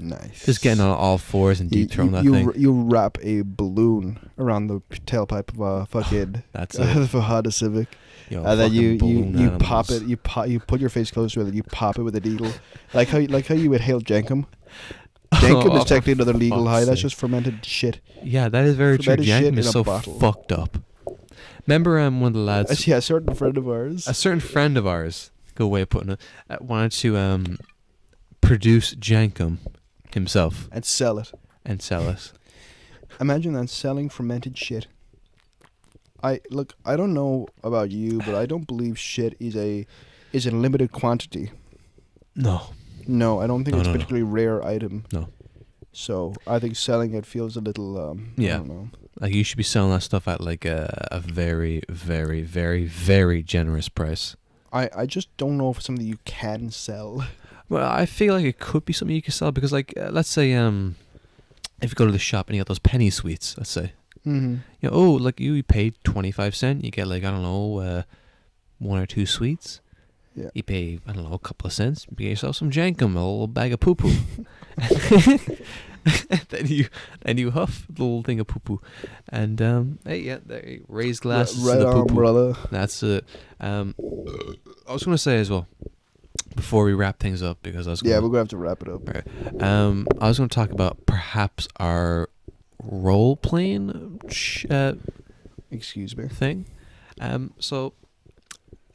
Speaker 1: Nice.
Speaker 2: Just getting on all fours and
Speaker 1: You-
Speaker 2: deep throating
Speaker 1: you,
Speaker 2: that
Speaker 1: you,
Speaker 2: thing.
Speaker 1: r- You wrap a balloon around the p- tailpipe of a fucking
Speaker 2: That's it.
Speaker 1: of a Honda Civic,
Speaker 2: Yo,
Speaker 1: and then you
Speaker 2: fucking
Speaker 1: you,
Speaker 2: balloon
Speaker 1: you pop
Speaker 2: animals.
Speaker 1: it. You pop. You put your face close to it, and you pop it with a needle, like how you- like how you inhale jankum. Jankum
Speaker 2: Oh,
Speaker 1: is technically another legal
Speaker 2: fuck's
Speaker 1: high. That's
Speaker 2: sake.
Speaker 1: just fermented shit.
Speaker 2: Yeah, that is very
Speaker 1: So
Speaker 2: true.
Speaker 1: that is shit
Speaker 2: Jankum
Speaker 1: in
Speaker 2: is
Speaker 1: a
Speaker 2: so
Speaker 1: bottle.
Speaker 2: fucked up. Remember, um, one of the lads,
Speaker 1: That's, yeah, a certain friend of ours.
Speaker 2: a certain friend of ours, good way of putting it, uh, wanted to um produce jankum himself
Speaker 1: and sell it.
Speaker 2: and sell us.
Speaker 1: Imagine that selling fermented shit. I look. I don't know about you, but I don't believe shit is a is in limited quantity.
Speaker 2: No,
Speaker 1: No, I don't think
Speaker 2: No,
Speaker 1: it's a
Speaker 2: no, no.
Speaker 1: particularly rare item.
Speaker 2: No.
Speaker 1: So I think selling it feels a little. Um, I
Speaker 2: Yeah.
Speaker 1: don't know.
Speaker 2: like you should be selling that stuff at like a, a very, very, very, very generous price.
Speaker 1: I I just don't know if it's something you can sell.
Speaker 2: Well, I feel like it could be something you could sell because, like, uh, let's say, um, if you go to the shop and you got those penny sweets, let's say,
Speaker 1: Mm-hmm.
Speaker 2: you know, oh, like you paid twenty five cent, you get like I don't know, uh, one or two sweets.
Speaker 1: Yeah.
Speaker 2: You pay I don't know a couple of cents, you get yourself some jankum, a little bag of poo poo. then you then you huff the little thing of poo poo, and um, hey yeah, there you raise glasses
Speaker 1: right
Speaker 2: to the
Speaker 1: on,
Speaker 2: poo poo.
Speaker 1: brother.
Speaker 2: That's it. Um, I was gonna say as well, before we wrap things up, because I was
Speaker 1: Yeah,
Speaker 2: gonna,
Speaker 1: we're gonna have to wrap it up.
Speaker 2: um, I was going to talk about perhaps our role playing sh- uh,
Speaker 1: Excuse me.
Speaker 2: thing. Um, so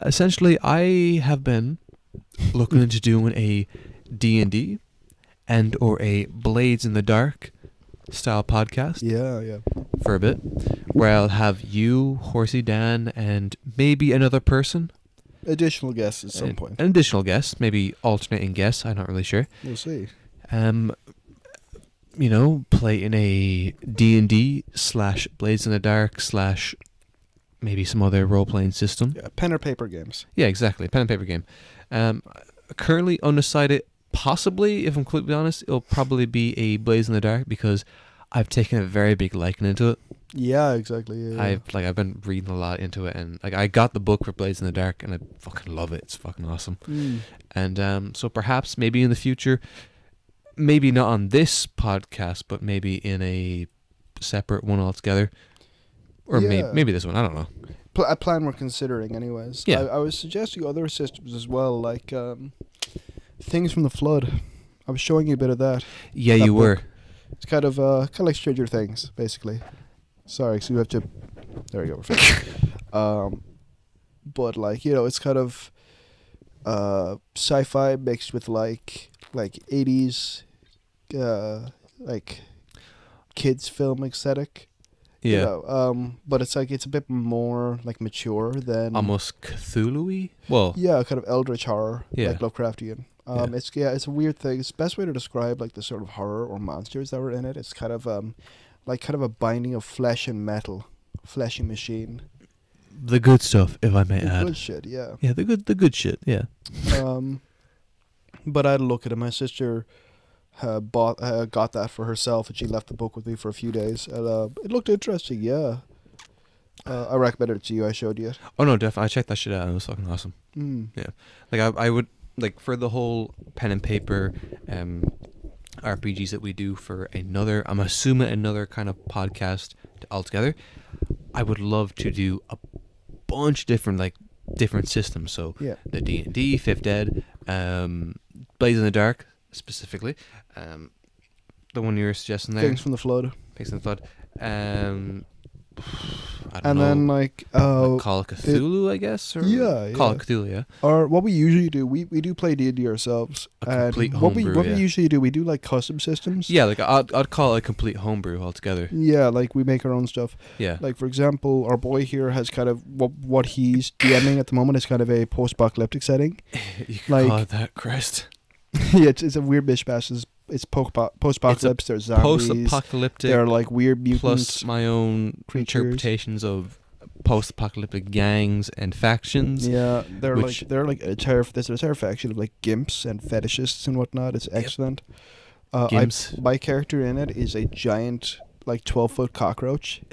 Speaker 2: essentially, I have been looking
Speaker 1: Mm.
Speaker 2: into doing a D and D and or a Blades in the Dark style podcast
Speaker 1: Yeah, yeah.
Speaker 2: for a bit, where I'll have you, Horsey Dan, and maybe another person,
Speaker 1: Additional guests at some
Speaker 2: an-
Speaker 1: point.
Speaker 2: an additional guest, maybe alternating guests. I'm not really sure.
Speaker 1: We'll see.
Speaker 2: um you know play in a d&d slash blades in the dark slash maybe some other role-playing system
Speaker 1: Yeah, pen or paper games.
Speaker 2: yeah exactly pen and paper game um currently undecided possibly if i'm completely honest it'll probably be a blades in the dark because i've taken a very big liking into it
Speaker 1: Yeah, exactly. Yeah, yeah.
Speaker 2: i've like i've been reading a lot into it and like i got the book for blades in the dark and i fucking love it it's fucking awesome
Speaker 1: Mm.
Speaker 2: and um, so perhaps maybe in the future, maybe not on this podcast, but maybe in a separate one altogether. Or may-
Speaker 1: Yeah.
Speaker 2: maybe this one. I don't know.
Speaker 1: pl- a plan we're considering, anyways.
Speaker 2: Yeah.
Speaker 1: I, I was suggesting other systems as well, like um, things from the flood. I was showing you a bit of that.
Speaker 2: Yeah,
Speaker 1: That
Speaker 2: you were.
Speaker 1: It's kind of uh, kind of like Stranger Things, basically. Sorry, so you have to. There we go. We're fine. um, but like you know, it's kind of uh, sci-fi mixed with like like eighties, uh, like kids film aesthetic.
Speaker 2: Yeah.
Speaker 1: You know, um, but it's like it's a bit more like mature than
Speaker 2: Almost Cthulhu Well,
Speaker 1: Yeah, kind of eldritch horror,
Speaker 2: Yeah.
Speaker 1: like Lovecraftian. Um,
Speaker 2: Yeah.
Speaker 1: It's yeah, it's a weird thing. It's the best way to describe like the sort of horror or monsters that were in it. It's kind of um, like kind of a binding of flesh and metal, flesh and machine.
Speaker 2: the good stuff, if I may
Speaker 1: The
Speaker 2: add.
Speaker 1: Good shit, yeah.
Speaker 2: Yeah, the good, the good shit. Yeah.
Speaker 1: um, but I had a look at it. My sister uh, bought uh, got that for herself, and she left the book with me for a few days. And uh, it looked interesting, yeah. Uh, I recommended it to you. I showed you it.
Speaker 2: Oh no, definitely. I checked that shit out. and It was fucking awesome.
Speaker 1: Mm.
Speaker 2: Like I, I would like for the whole pen and paper um RPGs that we do for another I'm assuming another kind of podcast altogether. I would love to do a bunch of different like different systems. So
Speaker 1: Yeah.
Speaker 2: the D and D, Fifth Dead, um Blaze in the Dark specifically. Um the one you were suggesting there,
Speaker 1: Things from the flood,
Speaker 2: Pigs in the Flood. Um I don't
Speaker 1: and
Speaker 2: know.
Speaker 1: then like uh,
Speaker 2: like Call of Cthulhu, I guess, or
Speaker 1: Yeah,
Speaker 2: Call of
Speaker 1: yeah.
Speaker 2: Cthulhu, yeah.
Speaker 1: Or what we usually do, we, we do play D and D ourselves.
Speaker 2: A
Speaker 1: and
Speaker 2: complete
Speaker 1: what we
Speaker 2: homebrew,
Speaker 1: what
Speaker 2: yeah.
Speaker 1: we usually do, we do like custom systems.
Speaker 2: Yeah, like I'd, I'd call it a complete homebrew altogether.
Speaker 1: Yeah, like we make our own stuff.
Speaker 2: Yeah.
Speaker 1: Like for example, our boy here has kind of what what he's DMing at the moment is kind of a post apocalyptic setting.
Speaker 2: you could
Speaker 1: like-
Speaker 2: call it that, Christ.
Speaker 1: yeah, it's, it's a weird mishmash. It's, it's post apocalypse. There's zombies.
Speaker 2: Post-apocalyptic
Speaker 1: They're like weird mutants.
Speaker 2: plus my own
Speaker 1: creatures.
Speaker 2: interpretations of post-apocalyptic gangs and factions.
Speaker 1: yeah, they're
Speaker 2: which-
Speaker 1: like they're like a terror. There's a terror faction of like gimps and fetishists and whatnot. It's excellent. Uh, I,
Speaker 2: Gimps.
Speaker 1: my character in it is a giant, like twelve foot cockroach.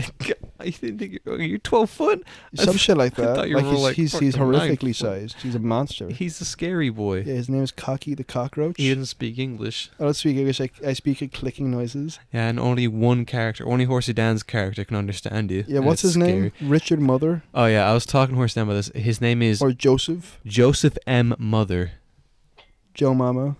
Speaker 2: I think you're, you're 12 foot. I
Speaker 1: some
Speaker 2: th-
Speaker 1: shit like
Speaker 2: I
Speaker 1: that.
Speaker 2: thought you
Speaker 1: like
Speaker 2: were
Speaker 1: he's
Speaker 2: like
Speaker 1: he's, he's
Speaker 2: fucking nine
Speaker 1: horrifically
Speaker 2: foot.
Speaker 1: sized. He's a monster.
Speaker 2: He's a scary boy.
Speaker 1: yeah, his name is Cocky the cockroach.
Speaker 2: He didn't speak English.
Speaker 1: I don't speak English. I, I speak in clicking noises.
Speaker 2: Yeah, and only one character, only Horsey Dan's character can understand you.
Speaker 1: Yeah,
Speaker 2: and
Speaker 1: what's
Speaker 2: it's
Speaker 1: his name?
Speaker 2: scary.
Speaker 1: Richard Mother
Speaker 2: Oh yeah, I was talking to Horsey Dan about this. His name is
Speaker 1: or Joseph
Speaker 2: Joseph M. Mother.
Speaker 1: Joe Mama.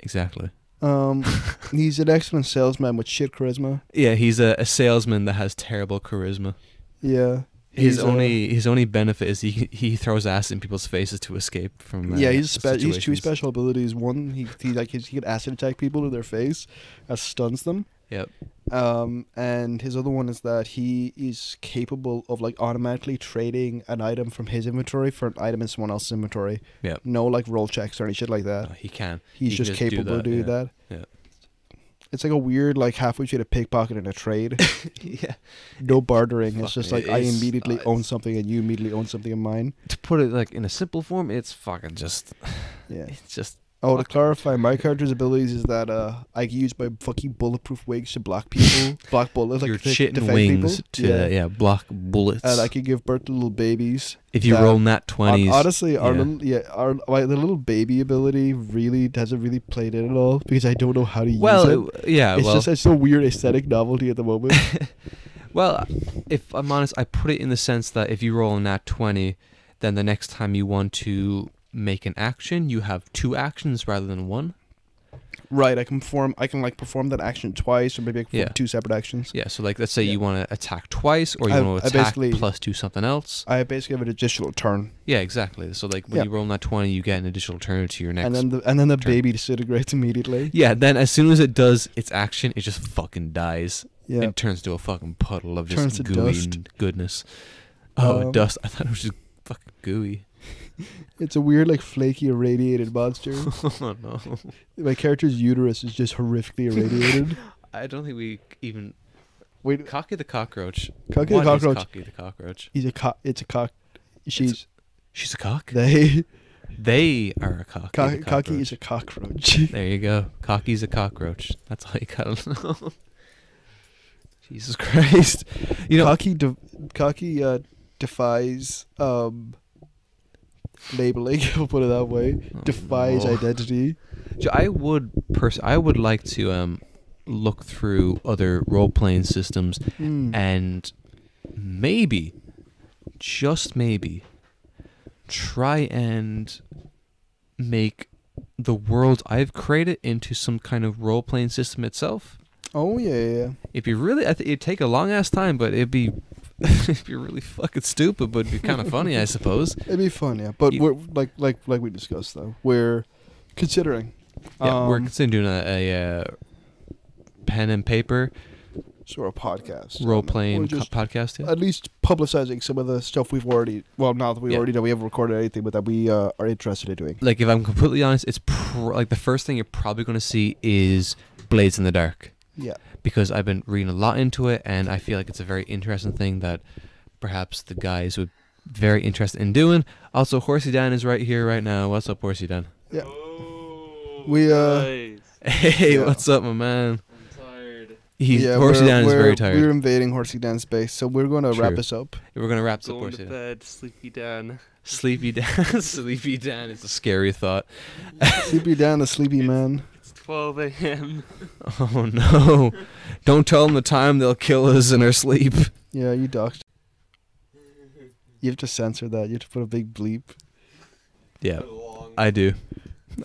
Speaker 2: Exactly.
Speaker 1: Um, he's an excellent salesman with shit charisma.
Speaker 2: Yeah, he's a, a salesman that has terrible charisma.
Speaker 1: Yeah.
Speaker 2: His
Speaker 1: He's, uh,
Speaker 2: only his only benefit is he he throws ass in people's faces to escape from. Uh,
Speaker 1: yeah, he's spe- he's two
Speaker 2: situations.
Speaker 1: special abilities. One, he, he like he, he can acid attack people to their face, that stuns them.
Speaker 2: Yep.
Speaker 1: Um, and his other one is that he is capable of like automatically trading an item from his inventory for an item in someone else's inventory.
Speaker 2: Yep.
Speaker 1: No like roll checks or any shit like that.
Speaker 2: No, he can.
Speaker 1: He's
Speaker 2: he
Speaker 1: just
Speaker 2: can just do
Speaker 1: capable of
Speaker 2: that,
Speaker 1: doing
Speaker 2: yeah,
Speaker 1: that.
Speaker 2: yeah.
Speaker 1: It's like a weird like halfway between a pickpocket and a trade.
Speaker 2: yeah.
Speaker 1: no bartering. It's
Speaker 2: Fuck,
Speaker 1: just
Speaker 2: it
Speaker 1: like I
Speaker 2: is-
Speaker 1: immediately
Speaker 2: uh,
Speaker 1: own something and you immediately own something of mine.
Speaker 2: To put it like in a simple form, it's fucking just
Speaker 1: Yeah.
Speaker 2: it's just
Speaker 1: Oh, to
Speaker 2: Fucking-
Speaker 1: clarify, my character's abilities is that uh, I use my fucking bulletproof wigs to block people, block bullets, like
Speaker 2: your
Speaker 1: to
Speaker 2: shit and
Speaker 1: defend
Speaker 2: wings
Speaker 1: people.
Speaker 2: to yeah. block bullets.
Speaker 1: And I could give birth to little babies.
Speaker 2: if you
Speaker 1: that-
Speaker 2: roll nat twenties,
Speaker 1: Hon- honestly, our
Speaker 2: yeah.
Speaker 1: little yeah, our my, the little baby ability really hasn't really played in at all because I don't know how to use it.
Speaker 2: well, it- yeah,
Speaker 1: it's
Speaker 2: well,
Speaker 1: just it's a weird aesthetic novelty at the moment.
Speaker 2: well, if I'm honest, I put it in the sense that if you roll a nat twenty, then the next time you want to make an action, you have two actions rather than one.
Speaker 1: right, I can form I can like perform that action twice or maybe I can perform
Speaker 2: Yeah.
Speaker 1: two separate actions.
Speaker 2: Yeah, so like let's say
Speaker 1: Yeah.
Speaker 2: you want to attack twice, or you
Speaker 1: I-
Speaker 2: want to
Speaker 1: I
Speaker 2: attack
Speaker 1: basically-
Speaker 2: plus do something else.
Speaker 1: I basically have an additional turn.
Speaker 2: Yeah, exactly. So like when
Speaker 1: Yeah.
Speaker 2: you roll nat twenty, you get an additional turn to your next.
Speaker 1: And then the and then the
Speaker 2: turn.
Speaker 1: baby disintegrates immediately.
Speaker 2: yeah, then as soon as it does its action, it just fucking dies.
Speaker 1: Yeah.
Speaker 2: and turns to a fucking puddle of
Speaker 1: Turns
Speaker 2: just
Speaker 1: to
Speaker 2: gooey
Speaker 1: dust.
Speaker 2: and goodness. Oh,
Speaker 1: Um,
Speaker 2: dust! I thought it was just fucking gooey.
Speaker 1: It's a weird, like flaky, irradiated monster.
Speaker 2: oh no!
Speaker 1: My character's uterus is just horrifically irradiated.
Speaker 2: I don't think we even
Speaker 1: Wait,
Speaker 2: cocky the cockroach.
Speaker 1: Cocky the
Speaker 2: What is
Speaker 1: cockroach.
Speaker 2: Cocky the cockroach.
Speaker 1: he's a cock. It's a cock. She's
Speaker 2: She's a cock.
Speaker 1: they.
Speaker 2: They are a cocky.
Speaker 1: Cock,
Speaker 2: the
Speaker 1: cocky
Speaker 2: cockroach.
Speaker 1: is a cockroach.
Speaker 2: There you go. Cocky's a cockroach. That's all you gotta know. Jesus Christ! You know,
Speaker 1: cocky, de- cocky uh, defies um, labeling. I'll put it that way.
Speaker 2: Oh,
Speaker 1: Defies
Speaker 2: no.
Speaker 1: identity.
Speaker 2: Ju- I would pers- I would like to um look through other role playing systems
Speaker 1: Mm.
Speaker 2: and maybe, just maybe, try and make the world I've created into some kind of role playing system itself.
Speaker 1: Oh yeah, yeah, yeah.
Speaker 2: It'd be really, I think it'd take a long ass time, but it'd be, it'd be really fucking stupid, but it'd be kind of funny, I suppose.
Speaker 1: It'd be fun, yeah. But
Speaker 2: You-
Speaker 1: we're like, like, like we discussed though. We're considering.
Speaker 2: Yeah, we're
Speaker 1: um,
Speaker 2: considering doing a, a uh, pen and paper
Speaker 1: sort of podcast
Speaker 2: role
Speaker 1: Um, we're
Speaker 2: playing
Speaker 1: just-
Speaker 2: podcast. Yeah.
Speaker 1: at least publicizing some of the stuff we've already well not that we
Speaker 2: Yeah.
Speaker 1: already know we haven't recorded anything but that we uh, are interested in doing
Speaker 2: Like, if I'm completely honest, it's pr- like the first thing you're probably going to see is Blades in the Dark.
Speaker 1: yeah
Speaker 2: because I've been reading a lot into it, and I feel like it's a very interesting thing that perhaps the guys would be very interested in doing. Also, Horsey Dan is right here right now. What's up, Horsey Dan?
Speaker 1: yeah
Speaker 3: Oh,
Speaker 1: We, uh,
Speaker 3: guys,
Speaker 2: Hey,
Speaker 1: Yeah.
Speaker 2: what's up, my man?
Speaker 3: I'm tired.
Speaker 2: He's
Speaker 1: yeah,
Speaker 2: Horsey
Speaker 1: we're-
Speaker 2: Dan is
Speaker 1: we're-
Speaker 2: very tired.
Speaker 1: we're
Speaker 2: We're,
Speaker 1: invading horsey dan's space so we're going to wrap
Speaker 2: True.
Speaker 1: this up
Speaker 2: gonna wrap this up,
Speaker 3: Going
Speaker 2: Horsey
Speaker 3: to
Speaker 2: Dan.
Speaker 3: bed, sleepy Dan.
Speaker 2: Sleepy Dan, Sleepy Dan is a scary thought.
Speaker 1: sleepy dan the sleepy man
Speaker 3: It's 12 a.m.
Speaker 2: Oh no! Don't tell them the time; they'll kill us in our sleep.
Speaker 1: yeah you ducked you have to censor that you have to put a big bleep
Speaker 2: Yeah, I do.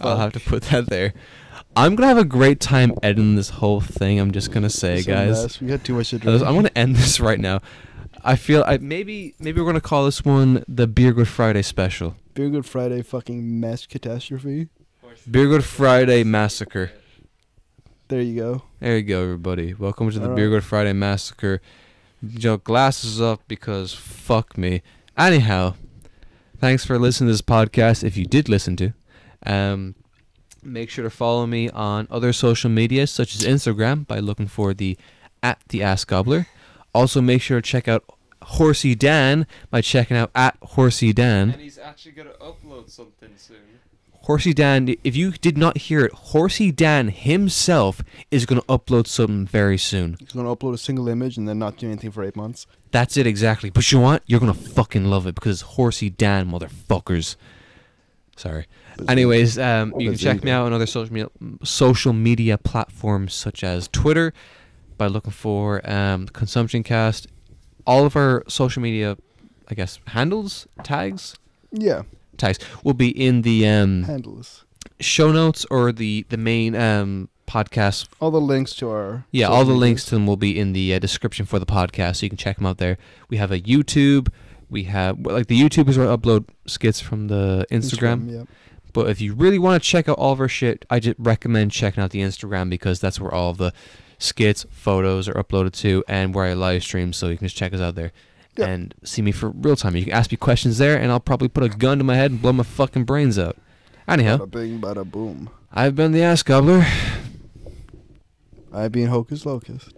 Speaker 2: I'll have to put that there. I'm gonna have a great time editing this whole thing. I'm just gonna say,
Speaker 1: It's a
Speaker 2: guys.
Speaker 1: mess. we had too much to
Speaker 2: Those-
Speaker 1: drink
Speaker 2: I'm gonna end this right now. I feel I maybe maybe we're gonna call this one the Beer Good Friday special.
Speaker 1: beer good friday fucking mess catastrophe
Speaker 2: Beer Good Friday massacre.
Speaker 1: there you go
Speaker 2: There you go, everybody. Welcome to the
Speaker 1: All
Speaker 2: Beer
Speaker 1: right.
Speaker 2: Good Friday massacre. Joe, glasses up because fuck me. Anyhow, thanks for listening to this podcast. If you did listen to, um, Make sure to follow me on other social medias such as Instagram by looking for the at the Ass Gobbler. Also, make sure to check out Horsey Dan by checking out at Horsey Dan.
Speaker 3: And he's actually gonna upload something soon.
Speaker 2: Horsey Dan, if you did not hear it, Horsey Dan himself is going to upload something very soon.
Speaker 1: He's gonna upload a single image and then not do anything for eight months.
Speaker 2: That's it exactly. But you want, you're going to fucking love it because it's Horsey Dan, motherfuckers. Sorry. Anyways, um, you can check me out on other social media, social media platforms such as Twitter by looking for um, Consumption Cast. All of our social media, I guess, handles, tags,
Speaker 1: Yeah,
Speaker 2: tags will be in the um,
Speaker 1: handles
Speaker 2: show notes or the the main um podcast
Speaker 1: all the links to our
Speaker 2: yeah
Speaker 1: social
Speaker 2: all the
Speaker 1: medias.
Speaker 2: links to them will be in the uh, description for the podcast so you can check them out there we have a youtube we have well, like the youtube is where i upload skits from the instagram,
Speaker 1: Yeah,
Speaker 2: but if you really want to check out all of our shit i just recommend checking out the instagram because that's where all the skits photos are uploaded to and where i live stream so you can just check us out there
Speaker 1: Yeah.
Speaker 2: and see me for real time you can ask me questions there and i'll probably put a gun to my head and blow my fucking brains out anyhow
Speaker 1: Bada bing, bada boom.
Speaker 2: i've been the ass gobbler
Speaker 1: I've been hocus locus.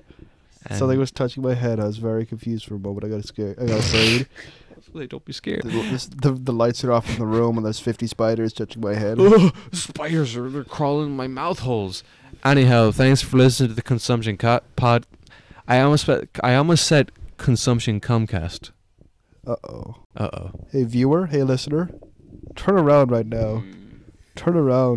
Speaker 1: Something was touching my head. I was very confused for a moment. I got scared. I got afraid.
Speaker 2: Really, don't be scared.
Speaker 1: the, this- the, the lights are off in the room, and there's 50 spiders touching my head.
Speaker 2: spiders are they're crawling in my mouth holes. Anyhow, thanks for listening to the Consumption Co- Pod. I almost spe- I almost said Consumption Comcast.
Speaker 1: Uh oh.
Speaker 2: Uh oh.
Speaker 1: Oh.
Speaker 3: Hmm.
Speaker 1: Hey viewer. Hey listener. Turn around right now. Turn around.